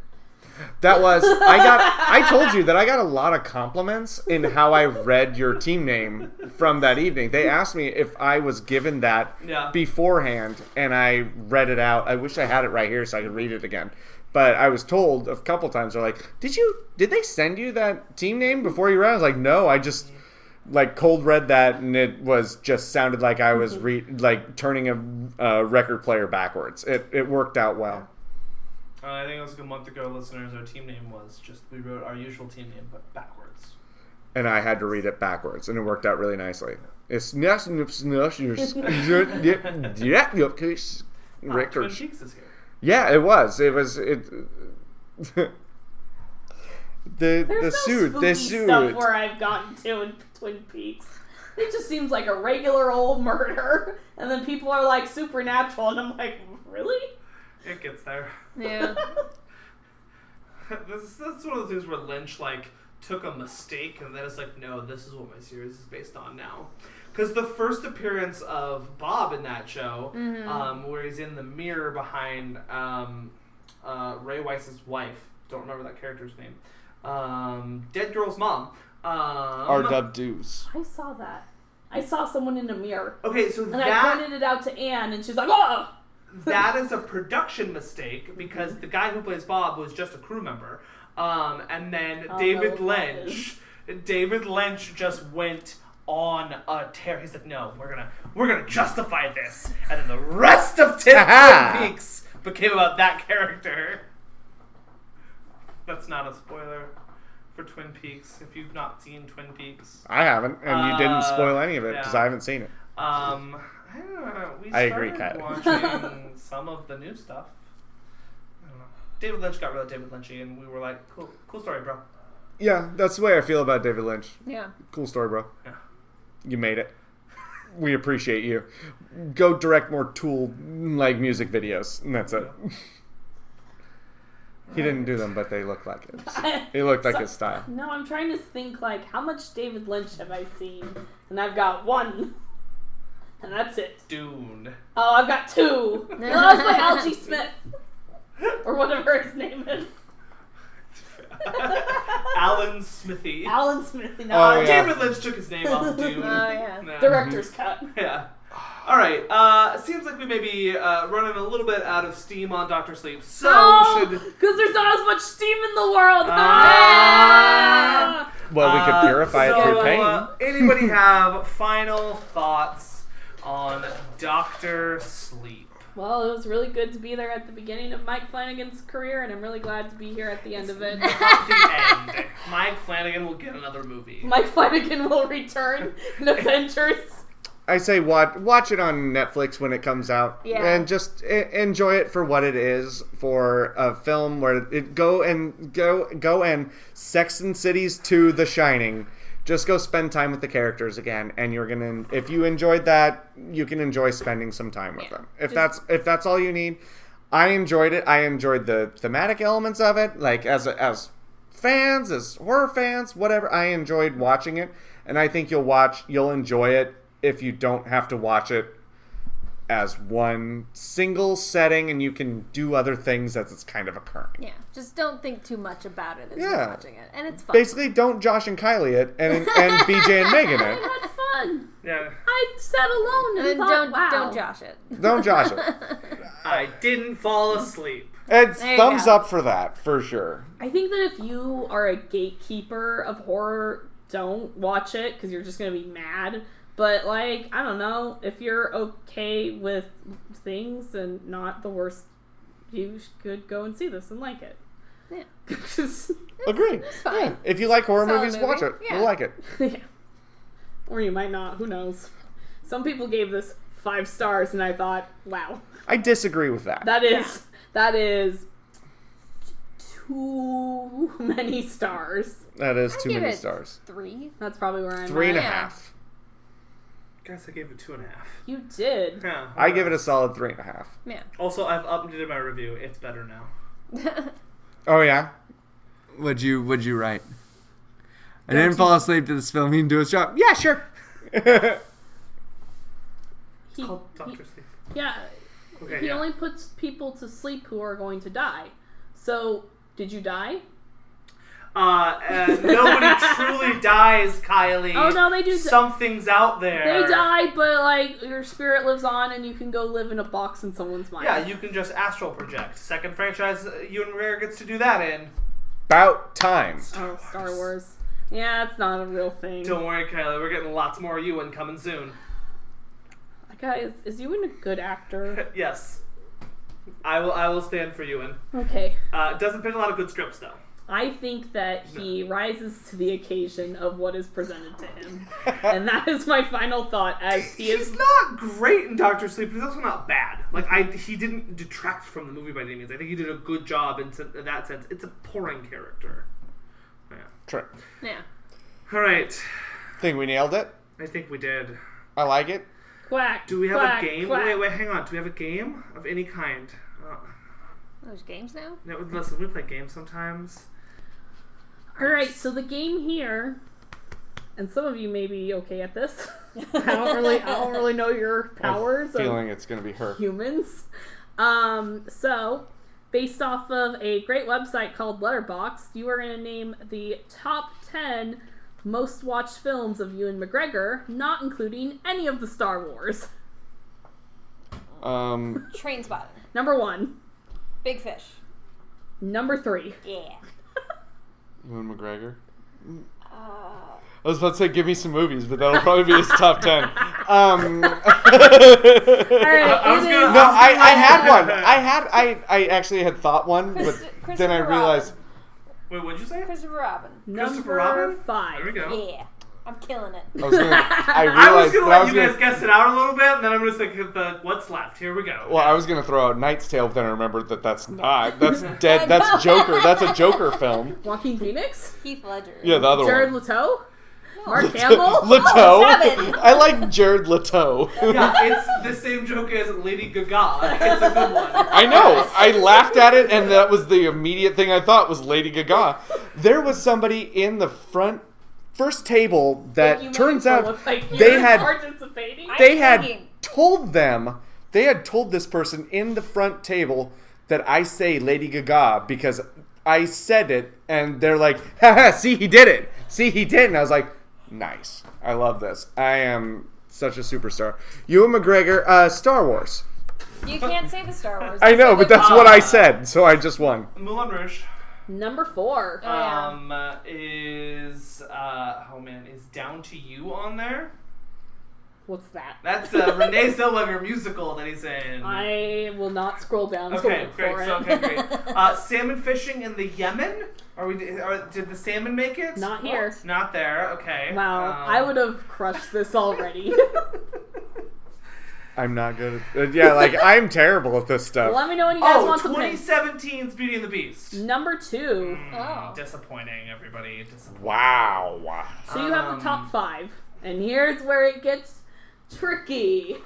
Speaker 5: That was I got I told you that I got a lot of compliments in how I read your team name from that evening. They asked me if I was given that
Speaker 2: Yeah.
Speaker 5: beforehand and I read it out. I wish I had it right here so I could read it again. But I was told a couple times they're like, "Did you did they send you that team name before you read?" it?" I was like, "No, I just like cold read that and it was just sounded like I was re- like turning a uh, record player backwards. It it worked out well.
Speaker 2: Uh, I think it was like a month ago, listeners, our team name was just, we wrote our usual team name, but backwards.
Speaker 5: and I had to read it backwards, and it worked out really nicely. It's nice and it's nice and it's- yeah, yeah, yeah, it's
Speaker 3: Ah,
Speaker 2: Twin
Speaker 5: records.
Speaker 2: Peaks is here.
Speaker 5: Yeah, it was. It was it. The the
Speaker 3: There's no
Speaker 5: suit,
Speaker 3: spooky
Speaker 5: the suit.
Speaker 3: stuff where I've gotten to in Twin Peaks. It just seems like a regular old murder, and then people are like supernatural, and I'm like, really?
Speaker 2: It gets there.
Speaker 4: Yeah.
Speaker 2: this, that's one of the things where Lynch, like, took a mistake and then it's like, no, this is what my series is based on now. Because the first appearance of Bob in that show, um, where he's in the mirror behind um, uh, Ray Weiss's wife, don't remember that character's name, um, Dead Girl's Mom. Um,
Speaker 5: Our dub dues.
Speaker 3: I saw that. I saw someone in a mirror,
Speaker 2: Okay, so
Speaker 3: and
Speaker 2: that.
Speaker 3: I pointed it out to Anne, and she's like, "Oh,
Speaker 2: that is a production mistake because the guy who plays Bob was just a crew member. Um, and then
Speaker 3: Oh,
Speaker 2: David
Speaker 3: no,
Speaker 2: Lynch, David Lynch just went on a tear. He's like, no, we're gonna we're gonna justify this, and then the rest of Tim
Speaker 5: Aha!
Speaker 2: Twin Peaks became about that character. That's not a spoiler for Twin Peaks. If you've not seen Twin Peaks,
Speaker 5: I haven't, and you
Speaker 2: Uh,
Speaker 5: didn't spoil any of it because
Speaker 2: yeah.
Speaker 5: I haven't seen it.
Speaker 2: um, I don't know. We
Speaker 5: I
Speaker 2: started
Speaker 5: agree,
Speaker 2: watching some of the new stuff. I don't know. David Lynch got really David Lynchy, and we were like, "Cool, cool story, bro."
Speaker 5: Yeah, that's the way I feel about David Lynch.
Speaker 4: yeah.
Speaker 5: Cool story, bro.
Speaker 2: Yeah.
Speaker 5: You made it. We appreciate you. Go direct more Tool like music videos, and that's it. he didn't do them, but they look like it. It looked like his style.
Speaker 3: No, I'm trying to think like how much David Lynch have I seen, and I've got one, and that's it.
Speaker 2: Dune.
Speaker 3: Oh, I've got two. No, that's like Algie Smith or whatever his name is,
Speaker 2: Alan Smithy.
Speaker 3: Alan Smithy. No,
Speaker 5: Oh, yeah.
Speaker 2: David Lynch took his name off Dune.
Speaker 4: Oh yeah.
Speaker 2: Nah.
Speaker 3: director's cut.
Speaker 2: Yeah. All right. Uh, seems like we may be uh, running a little bit out of steam on Doctor Sleep, so Oh, we
Speaker 3: No,
Speaker 2: should.
Speaker 3: because there's not as much steam in the world.
Speaker 2: Ah.
Speaker 3: Ah!
Speaker 5: Well, we
Speaker 2: Uh,
Speaker 5: could purify it
Speaker 2: so,
Speaker 5: through pain.
Speaker 2: uh, anybody have final thoughts on Doctor Sleep?
Speaker 3: Well, it was really good to be there at the beginning of Mike Flanagan's career, and I'm really glad to be here at the end of it.
Speaker 2: the end. Mike Flanagan will get another movie.
Speaker 3: Mike Flanagan will return in Avengers.
Speaker 5: I say watch watch it on Netflix when it comes out,
Speaker 4: Yeah.
Speaker 5: and just e- enjoy it for what it is for a film where it go and go go and Sex and Cities to The Shining. Just go spend time with the characters again, and you're gonna. If you enjoyed that, you can enjoy spending some time with them. If that's if that's all you need, I enjoyed it. I enjoyed the thematic elements of it, like as a, as fans, as horror fans, whatever. I enjoyed watching it, and I think you'll watch, you'll enjoy it if you don't have to watch it as one single setting, and you can do other things as it's kind of occurring.
Speaker 4: Yeah. Just don't think too much about it as
Speaker 5: Yeah.
Speaker 4: you're watching it, and it's fun.
Speaker 5: Basically, don't Josh and Kylie it, and and BJ and Megan
Speaker 3: I
Speaker 5: it.
Speaker 3: had fun.
Speaker 2: Yeah.
Speaker 3: I sat alone and,
Speaker 4: And then
Speaker 3: thought,
Speaker 4: don't
Speaker 3: wow.
Speaker 4: don't josh it.
Speaker 5: Don't Josh it.
Speaker 2: I didn't fall asleep.
Speaker 5: It's
Speaker 4: There you
Speaker 5: thumbs
Speaker 4: go.
Speaker 5: up for that for sure.
Speaker 3: I think that if you are a gatekeeper of horror, don't watch it because you're just gonna be mad. But like, I don't know if you're okay with things and not the worst, you sh- could go and see this and like it.
Speaker 4: Yeah.
Speaker 5: Agree.
Speaker 4: fine.
Speaker 5: Yeah. If you like horror
Speaker 4: Solid
Speaker 5: movies,
Speaker 4: movie.
Speaker 5: watch it.
Speaker 4: Yeah.
Speaker 5: You'll like it.
Speaker 3: yeah. Or you might not. Who knows? Some people gave this five stars, and I thought, wow,
Speaker 5: I disagree with that.
Speaker 3: that is that is too many stars.
Speaker 5: that is
Speaker 4: I'd
Speaker 5: too
Speaker 4: give
Speaker 5: many
Speaker 4: it
Speaker 5: stars.
Speaker 4: Three.
Speaker 3: That's probably where I'm.
Speaker 5: Three and a
Speaker 3: at.
Speaker 4: Yeah.
Speaker 5: half.
Speaker 2: Guys, I gave it two and a half.
Speaker 3: You did.
Speaker 2: Yeah.
Speaker 5: I give it a solid three and a half.
Speaker 4: Yeah.
Speaker 2: Also, I've updated my review. It's better now.
Speaker 5: Oh yeah.
Speaker 6: Would you Would you write? I didn't fall asleep to this film. He didn't do his job. Yeah, sure.
Speaker 3: He,
Speaker 2: Called
Speaker 3: he-
Speaker 2: Doctor Sleep.
Speaker 3: yeah,
Speaker 2: Okay.
Speaker 3: he
Speaker 2: yeah.
Speaker 3: only puts people to sleep who are going to die. So, did you die?
Speaker 2: Uh, uh, nobody truly dies, Kylie.
Speaker 3: Oh no, they do.
Speaker 2: Something's out there.
Speaker 3: They died, but like your spirit lives on, and you can go live in a box in someone's mind.
Speaker 2: Yeah, you can just astral project. Second franchise, uh, Ewan McGregor gets to do that in.
Speaker 5: About time.
Speaker 3: oh, Star Wars. Yeah, it's not a real thing.
Speaker 2: Don't worry, Kylie. We're getting lots more Ewan coming soon.
Speaker 3: Like, Guys, is Ewan a good actor?
Speaker 2: Yes, I will. I will stand for Ewan.
Speaker 3: Okay.
Speaker 2: Uh, doesn't pick a lot of good scripts though.
Speaker 3: I think that he rises to the occasion of what is presented to him. and that is my final thought as he
Speaker 2: He's
Speaker 3: is
Speaker 2: not great in Doctor Sleep, but he's also not bad. Like I, he didn't detract from the movie by any means. I think he did a good job in, sen- in that sense. It's a pouring character. Yeah.
Speaker 5: True.
Speaker 4: Yeah.
Speaker 2: All right.
Speaker 5: Think we nailed it.
Speaker 2: I think we did.
Speaker 5: I like it.
Speaker 3: quack.
Speaker 2: Do we have
Speaker 3: quack,
Speaker 2: a game?
Speaker 3: Quack.
Speaker 2: Wait, wait, hang on. Do we have a game of any kind? Uh,
Speaker 4: There's games now.
Speaker 2: no, listen, we play games sometimes.
Speaker 3: All right, so the game here, and some of you may be okay at this. I don't really, I don't really know your powers of
Speaker 5: Feeling it's gonna be her.
Speaker 3: humans. Um, so, based off of a great website called Letterboxd, you are going to name the top ten most watched films of Ewan McGregor, not including any of the Star Wars.
Speaker 5: Um.
Speaker 4: Train spotting.
Speaker 3: Number one,
Speaker 4: Big fish.
Speaker 3: number three.
Speaker 4: Yeah.
Speaker 5: Ewan McGregor.
Speaker 4: Uh,
Speaker 5: I was about to say, give me some movies, but that'll probably be his top ten. Um, no,
Speaker 3: All
Speaker 5: I,
Speaker 3: right,
Speaker 2: I was
Speaker 3: it
Speaker 2: gonna-
Speaker 3: is-
Speaker 5: I had one. I had, I, I actually had thought one, but
Speaker 4: Chris-
Speaker 5: then I
Speaker 4: Christopher
Speaker 5: realized
Speaker 2: Wait, what'd you say?
Speaker 4: Christopher Robin.
Speaker 2: Christopher
Speaker 3: number
Speaker 2: Robin?
Speaker 3: five.
Speaker 2: There we go.
Speaker 4: Yeah. I'm killing it.
Speaker 5: I was gonna, I
Speaker 2: I
Speaker 5: realized
Speaker 2: was
Speaker 5: that I
Speaker 2: gonna let
Speaker 5: was
Speaker 2: you
Speaker 5: gonna,
Speaker 2: guys guess it out a little bit, and then I'm just like, hit the what's left. Here we go.
Speaker 5: well, I was gonna throw out Knight's Tale, but then I remembered that that's not. That's dead. That's Joker. That's a Joker film.
Speaker 3: Joaquin Phoenix,
Speaker 4: Keith Ledger.
Speaker 5: Yeah, the other
Speaker 3: Jared
Speaker 5: one.
Speaker 3: Leto, Mark Hamill.
Speaker 5: Leto.
Speaker 4: Oh, seven.
Speaker 5: I like Jared Leto.
Speaker 2: Yeah, it's the same joke as Lady Gaga. It's a good one.
Speaker 5: I know. I laughed at it, and that was the immediate thing I thought was Lady Gaga. There was somebody in the front first table that
Speaker 3: You
Speaker 5: turns
Speaker 3: made it
Speaker 5: out
Speaker 3: look like you
Speaker 5: they
Speaker 3: were
Speaker 5: had-
Speaker 3: participating.
Speaker 5: they
Speaker 4: I'm
Speaker 5: had
Speaker 4: thinking.
Speaker 5: told them they had told this person in the front table that I say Lady Gaga because I said it, and they're like, Haha, "See, he did it. See, he did." And I was like, "Nice. I love this. I am such a superstar." Ewan McGregor, uh, Star Wars.
Speaker 4: You can't say the Star Wars. Oh.
Speaker 5: I know, but that's what I said, so I just won.
Speaker 2: Moulin Rouge
Speaker 3: Number four.
Speaker 4: Oh, yeah.
Speaker 2: um, is uh, oh man, is Down to You on there?
Speaker 3: What's that?
Speaker 2: That's uh, Renee Zellweger musical that he's in.
Speaker 3: I will not scroll down to
Speaker 2: Okay,
Speaker 3: look
Speaker 2: great.
Speaker 3: for
Speaker 2: So,
Speaker 3: it.
Speaker 2: okay, great. Uh, salmon fishing in the Yemen? Are we? Are, did the salmon make it?
Speaker 3: Not here.
Speaker 2: Not there. Okay.
Speaker 3: Wow,
Speaker 2: Um,
Speaker 3: I would have crushed this already.
Speaker 5: I'm not good at. uh, yeah, like I'm terrible at this stuff.
Speaker 3: Let me know when you guys
Speaker 2: Oh,
Speaker 3: want something.
Speaker 2: 2017's Beauty and the Beast. Hmm,
Speaker 3: Number two.
Speaker 4: Oh.
Speaker 2: Disappointing, everybody. Disappointing.
Speaker 5: Wow.
Speaker 3: So you
Speaker 2: Um,
Speaker 3: have the top five, and here's where it gets tricky.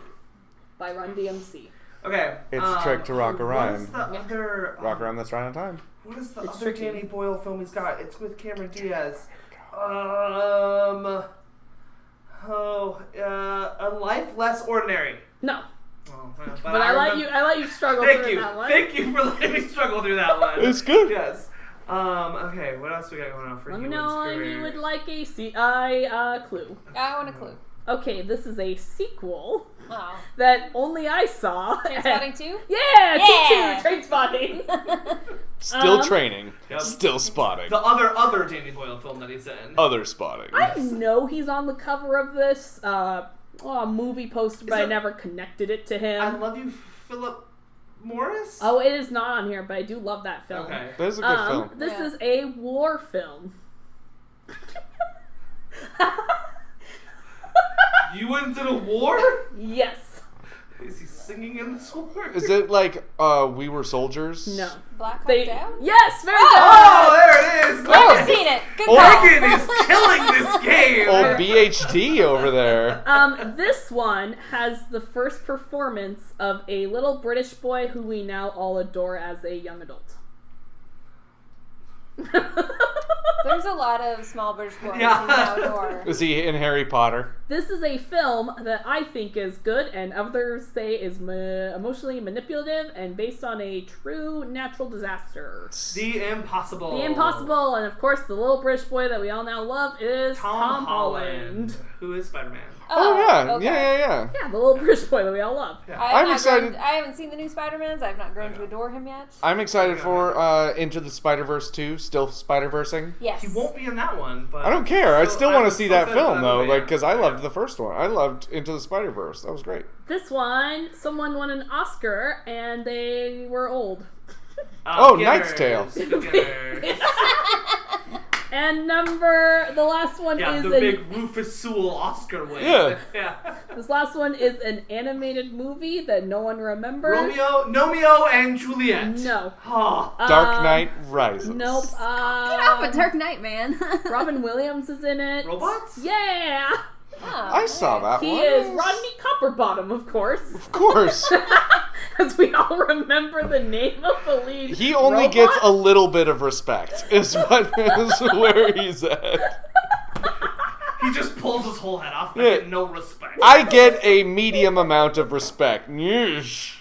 Speaker 3: By Run DMC.
Speaker 2: Okay.
Speaker 5: It's
Speaker 3: Uh,
Speaker 2: um,
Speaker 5: trick to rock a
Speaker 2: What is
Speaker 5: rhyme.
Speaker 2: the other?
Speaker 5: Rock around that's right on time.
Speaker 2: What is the
Speaker 3: It's
Speaker 2: other
Speaker 3: tricky.
Speaker 2: Danny Boyle film he's got? It's with Cameron Diaz. Um. Oh, uh, a life less ordinary.
Speaker 3: No,
Speaker 2: Oh, but,
Speaker 3: but I, let
Speaker 2: remem-
Speaker 3: you. I let you struggle
Speaker 2: Thank
Speaker 3: through
Speaker 2: you.
Speaker 3: that one.
Speaker 2: Thank you for letting me struggle through that one.
Speaker 5: It's good.
Speaker 2: Yes. Um, okay, what else we got going on for
Speaker 3: Let me
Speaker 2: Ewan's
Speaker 3: know if
Speaker 2: career?
Speaker 3: you would like a CI uh, clue.
Speaker 4: I want a clue.
Speaker 3: Okay, this is a sequel
Speaker 4: Wow.
Speaker 3: that only I saw.
Speaker 4: Trainspotting too?
Speaker 3: yeah,
Speaker 4: Yeah.
Speaker 3: Tutu, train spotting.
Speaker 5: Still
Speaker 3: Um,
Speaker 5: training.
Speaker 2: Yep.
Speaker 5: Still spotting.
Speaker 2: The other other Danny Boyle film that he's in.
Speaker 5: Other spotting.
Speaker 3: I know he's on the cover of this uh, oh, movie poster, but I
Speaker 2: it-
Speaker 3: never connected it to
Speaker 2: I
Speaker 3: him.
Speaker 2: love you, Philip Morris.
Speaker 3: Oh, it is not on here, but I do love that film.
Speaker 2: okay.
Speaker 5: That is a good
Speaker 3: Um,
Speaker 5: film.
Speaker 3: this
Speaker 4: Yeah.
Speaker 3: is a war film.
Speaker 2: You went to the war?
Speaker 3: yes.
Speaker 2: Is he singing in this war?
Speaker 5: Is it like uh, We Were Soldiers?
Speaker 3: No.
Speaker 4: Black Hawk
Speaker 3: They.
Speaker 4: Down?
Speaker 3: Yes. Very
Speaker 2: Oh, there it is. Look
Speaker 4: I've seen it. Good
Speaker 5: Oh.
Speaker 4: call.
Speaker 2: at it. He's killing this game.
Speaker 5: Old BHD over there.
Speaker 3: good. Um, this one has the first performance of a little British boy who we now all adore as a young adult.
Speaker 4: There's a lot of small British boys
Speaker 2: Yeah.
Speaker 4: in the outdoor.
Speaker 5: Is he in Harry Potter?
Speaker 3: This is a film that I think is good, and others say is ma- emotionally manipulative and based on a true natural disaster.
Speaker 2: The impossible.
Speaker 3: The Impossible, and of course, the little British boy that we all now love is
Speaker 2: Tom,
Speaker 3: Tom,
Speaker 2: Holland.
Speaker 3: Holland.
Speaker 2: Who is Spider Man?
Speaker 5: Oh, yeah.
Speaker 4: okay.
Speaker 5: yeah, yeah, yeah.
Speaker 3: Yeah, the little British boy that we all love.
Speaker 4: I
Speaker 5: I'm
Speaker 4: am
Speaker 5: excited-
Speaker 4: excited. I haven't seen the new Spider-Mans. I've not grown to adore him yet.
Speaker 5: I'm excited for uh, Into the Spider Verse 2, still Spider Versing.
Speaker 4: Yes.
Speaker 2: He won't be in that one, but
Speaker 5: I don't care. I
Speaker 2: So
Speaker 5: still
Speaker 2: I
Speaker 5: want to
Speaker 2: was
Speaker 5: see
Speaker 2: so
Speaker 5: that
Speaker 2: good
Speaker 5: film
Speaker 2: about
Speaker 5: though,
Speaker 2: it,
Speaker 5: like
Speaker 2: yeah.
Speaker 5: because I loved the first one. I loved Into the Spider Verse. That was great.
Speaker 3: This one, someone won an Oscar, and they were old.
Speaker 2: Uh,
Speaker 5: Oh,
Speaker 2: Beginners,
Speaker 5: Knight's Tale.
Speaker 2: Beginners.
Speaker 3: And number the last one
Speaker 2: yeah,
Speaker 3: is
Speaker 2: the
Speaker 3: an,
Speaker 2: big Rufus Sewell Oscar win.
Speaker 5: Yeah.
Speaker 2: yeah.
Speaker 3: this last one is an animated movie that no one remembers.
Speaker 2: Romeo, Romeo and Juliet.
Speaker 3: No.
Speaker 2: Oh,
Speaker 5: Dark
Speaker 3: Um,
Speaker 5: Knight Rises.
Speaker 3: Nope. Uh,
Speaker 4: Dark Knight, man.
Speaker 3: Robin Williams is in it.
Speaker 2: robots?
Speaker 3: Yeah,
Speaker 5: I saw
Speaker 4: Oh,
Speaker 5: that
Speaker 3: he
Speaker 5: one.
Speaker 3: is Rodney Copperbottom, of course,
Speaker 5: Of course.
Speaker 3: as we all remember the name of the lead.
Speaker 5: He only
Speaker 3: robot.
Speaker 5: gets a little bit of respect, is what is where he's at.
Speaker 2: He just pulls his whole head off. I
Speaker 5: Yeah.
Speaker 2: get no respect.
Speaker 5: I get a medium amount of respect. Yeesh.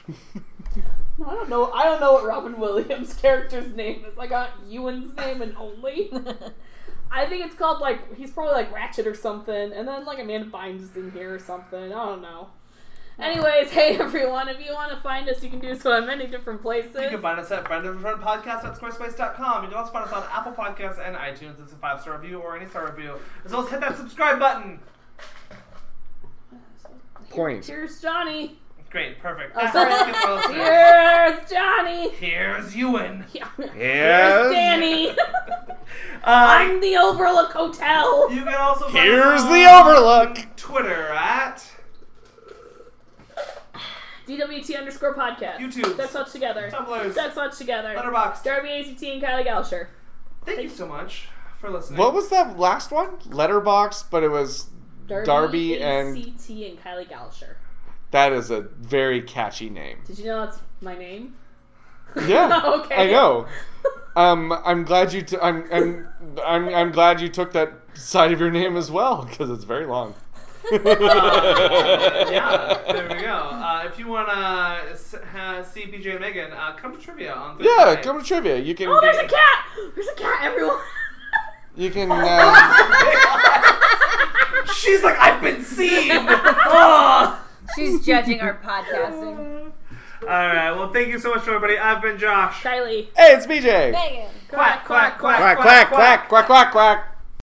Speaker 3: I don't know. I don't know what Robin Williams' character's name is. I got Ewan's name and only. I think it's called like he's probably like Ratchet or something, and then like Amanda Bynes is in here or something. I don't know. Anyways, hey everyone, if you want to find us, you can do so in many different places.
Speaker 2: You can find us at friend of a friend podcast at squarespace.com. You can also find us on Apple Podcasts and iTunes. It's a five star review or any star review. As well as hit that subscribe button.
Speaker 5: Point.
Speaker 3: Here's Johnny.
Speaker 2: Great, perfect. That's all you can throw us there.
Speaker 3: Here's Johnny.
Speaker 2: Here's Ewan.
Speaker 3: Here's Danny.
Speaker 2: Uh,
Speaker 3: I'm the Overlook Hotel.
Speaker 2: you can also find
Speaker 5: Here's
Speaker 2: us on
Speaker 5: the overlook.
Speaker 2: Twitter at
Speaker 3: DWT underscore podcast.
Speaker 2: YouTube.
Speaker 3: That's not together.
Speaker 2: Tumblr's
Speaker 3: That's not together.
Speaker 2: Letterboxd.
Speaker 3: Darby ACT and Kylie Galsher.
Speaker 2: Thank you so much for listening.
Speaker 5: What was that last one? Letterbox, but it was
Speaker 3: Darby,
Speaker 5: Darby and-
Speaker 3: ACT and Kylie Galsher.
Speaker 5: that is a very catchy name.
Speaker 3: Did you know that's my name?
Speaker 5: Yeah.
Speaker 3: Okay.
Speaker 5: I know. Um, I'm glad you. T- I'm, I'm. I'm. I'm glad you took that side of your name as well because it's very long.
Speaker 2: yeah, there we go. Uh, if you want to uh, see BJ and Megan, uh, come to trivia on Thursday.
Speaker 5: Yeah, come to trivia. You can.
Speaker 3: Oh, there's a cat! There's a cat, everyone!
Speaker 5: You can. Um,
Speaker 2: She's like, I've been seen. Ugh.
Speaker 4: She's judging our podcasting.
Speaker 2: All right. Well, thank you so much, everybody. I've been Josh.
Speaker 3: Kylie.
Speaker 5: hey, it's BJ.
Speaker 4: Megan.
Speaker 2: Quack, quack, quack,
Speaker 5: Quack quack quack quack quack quack.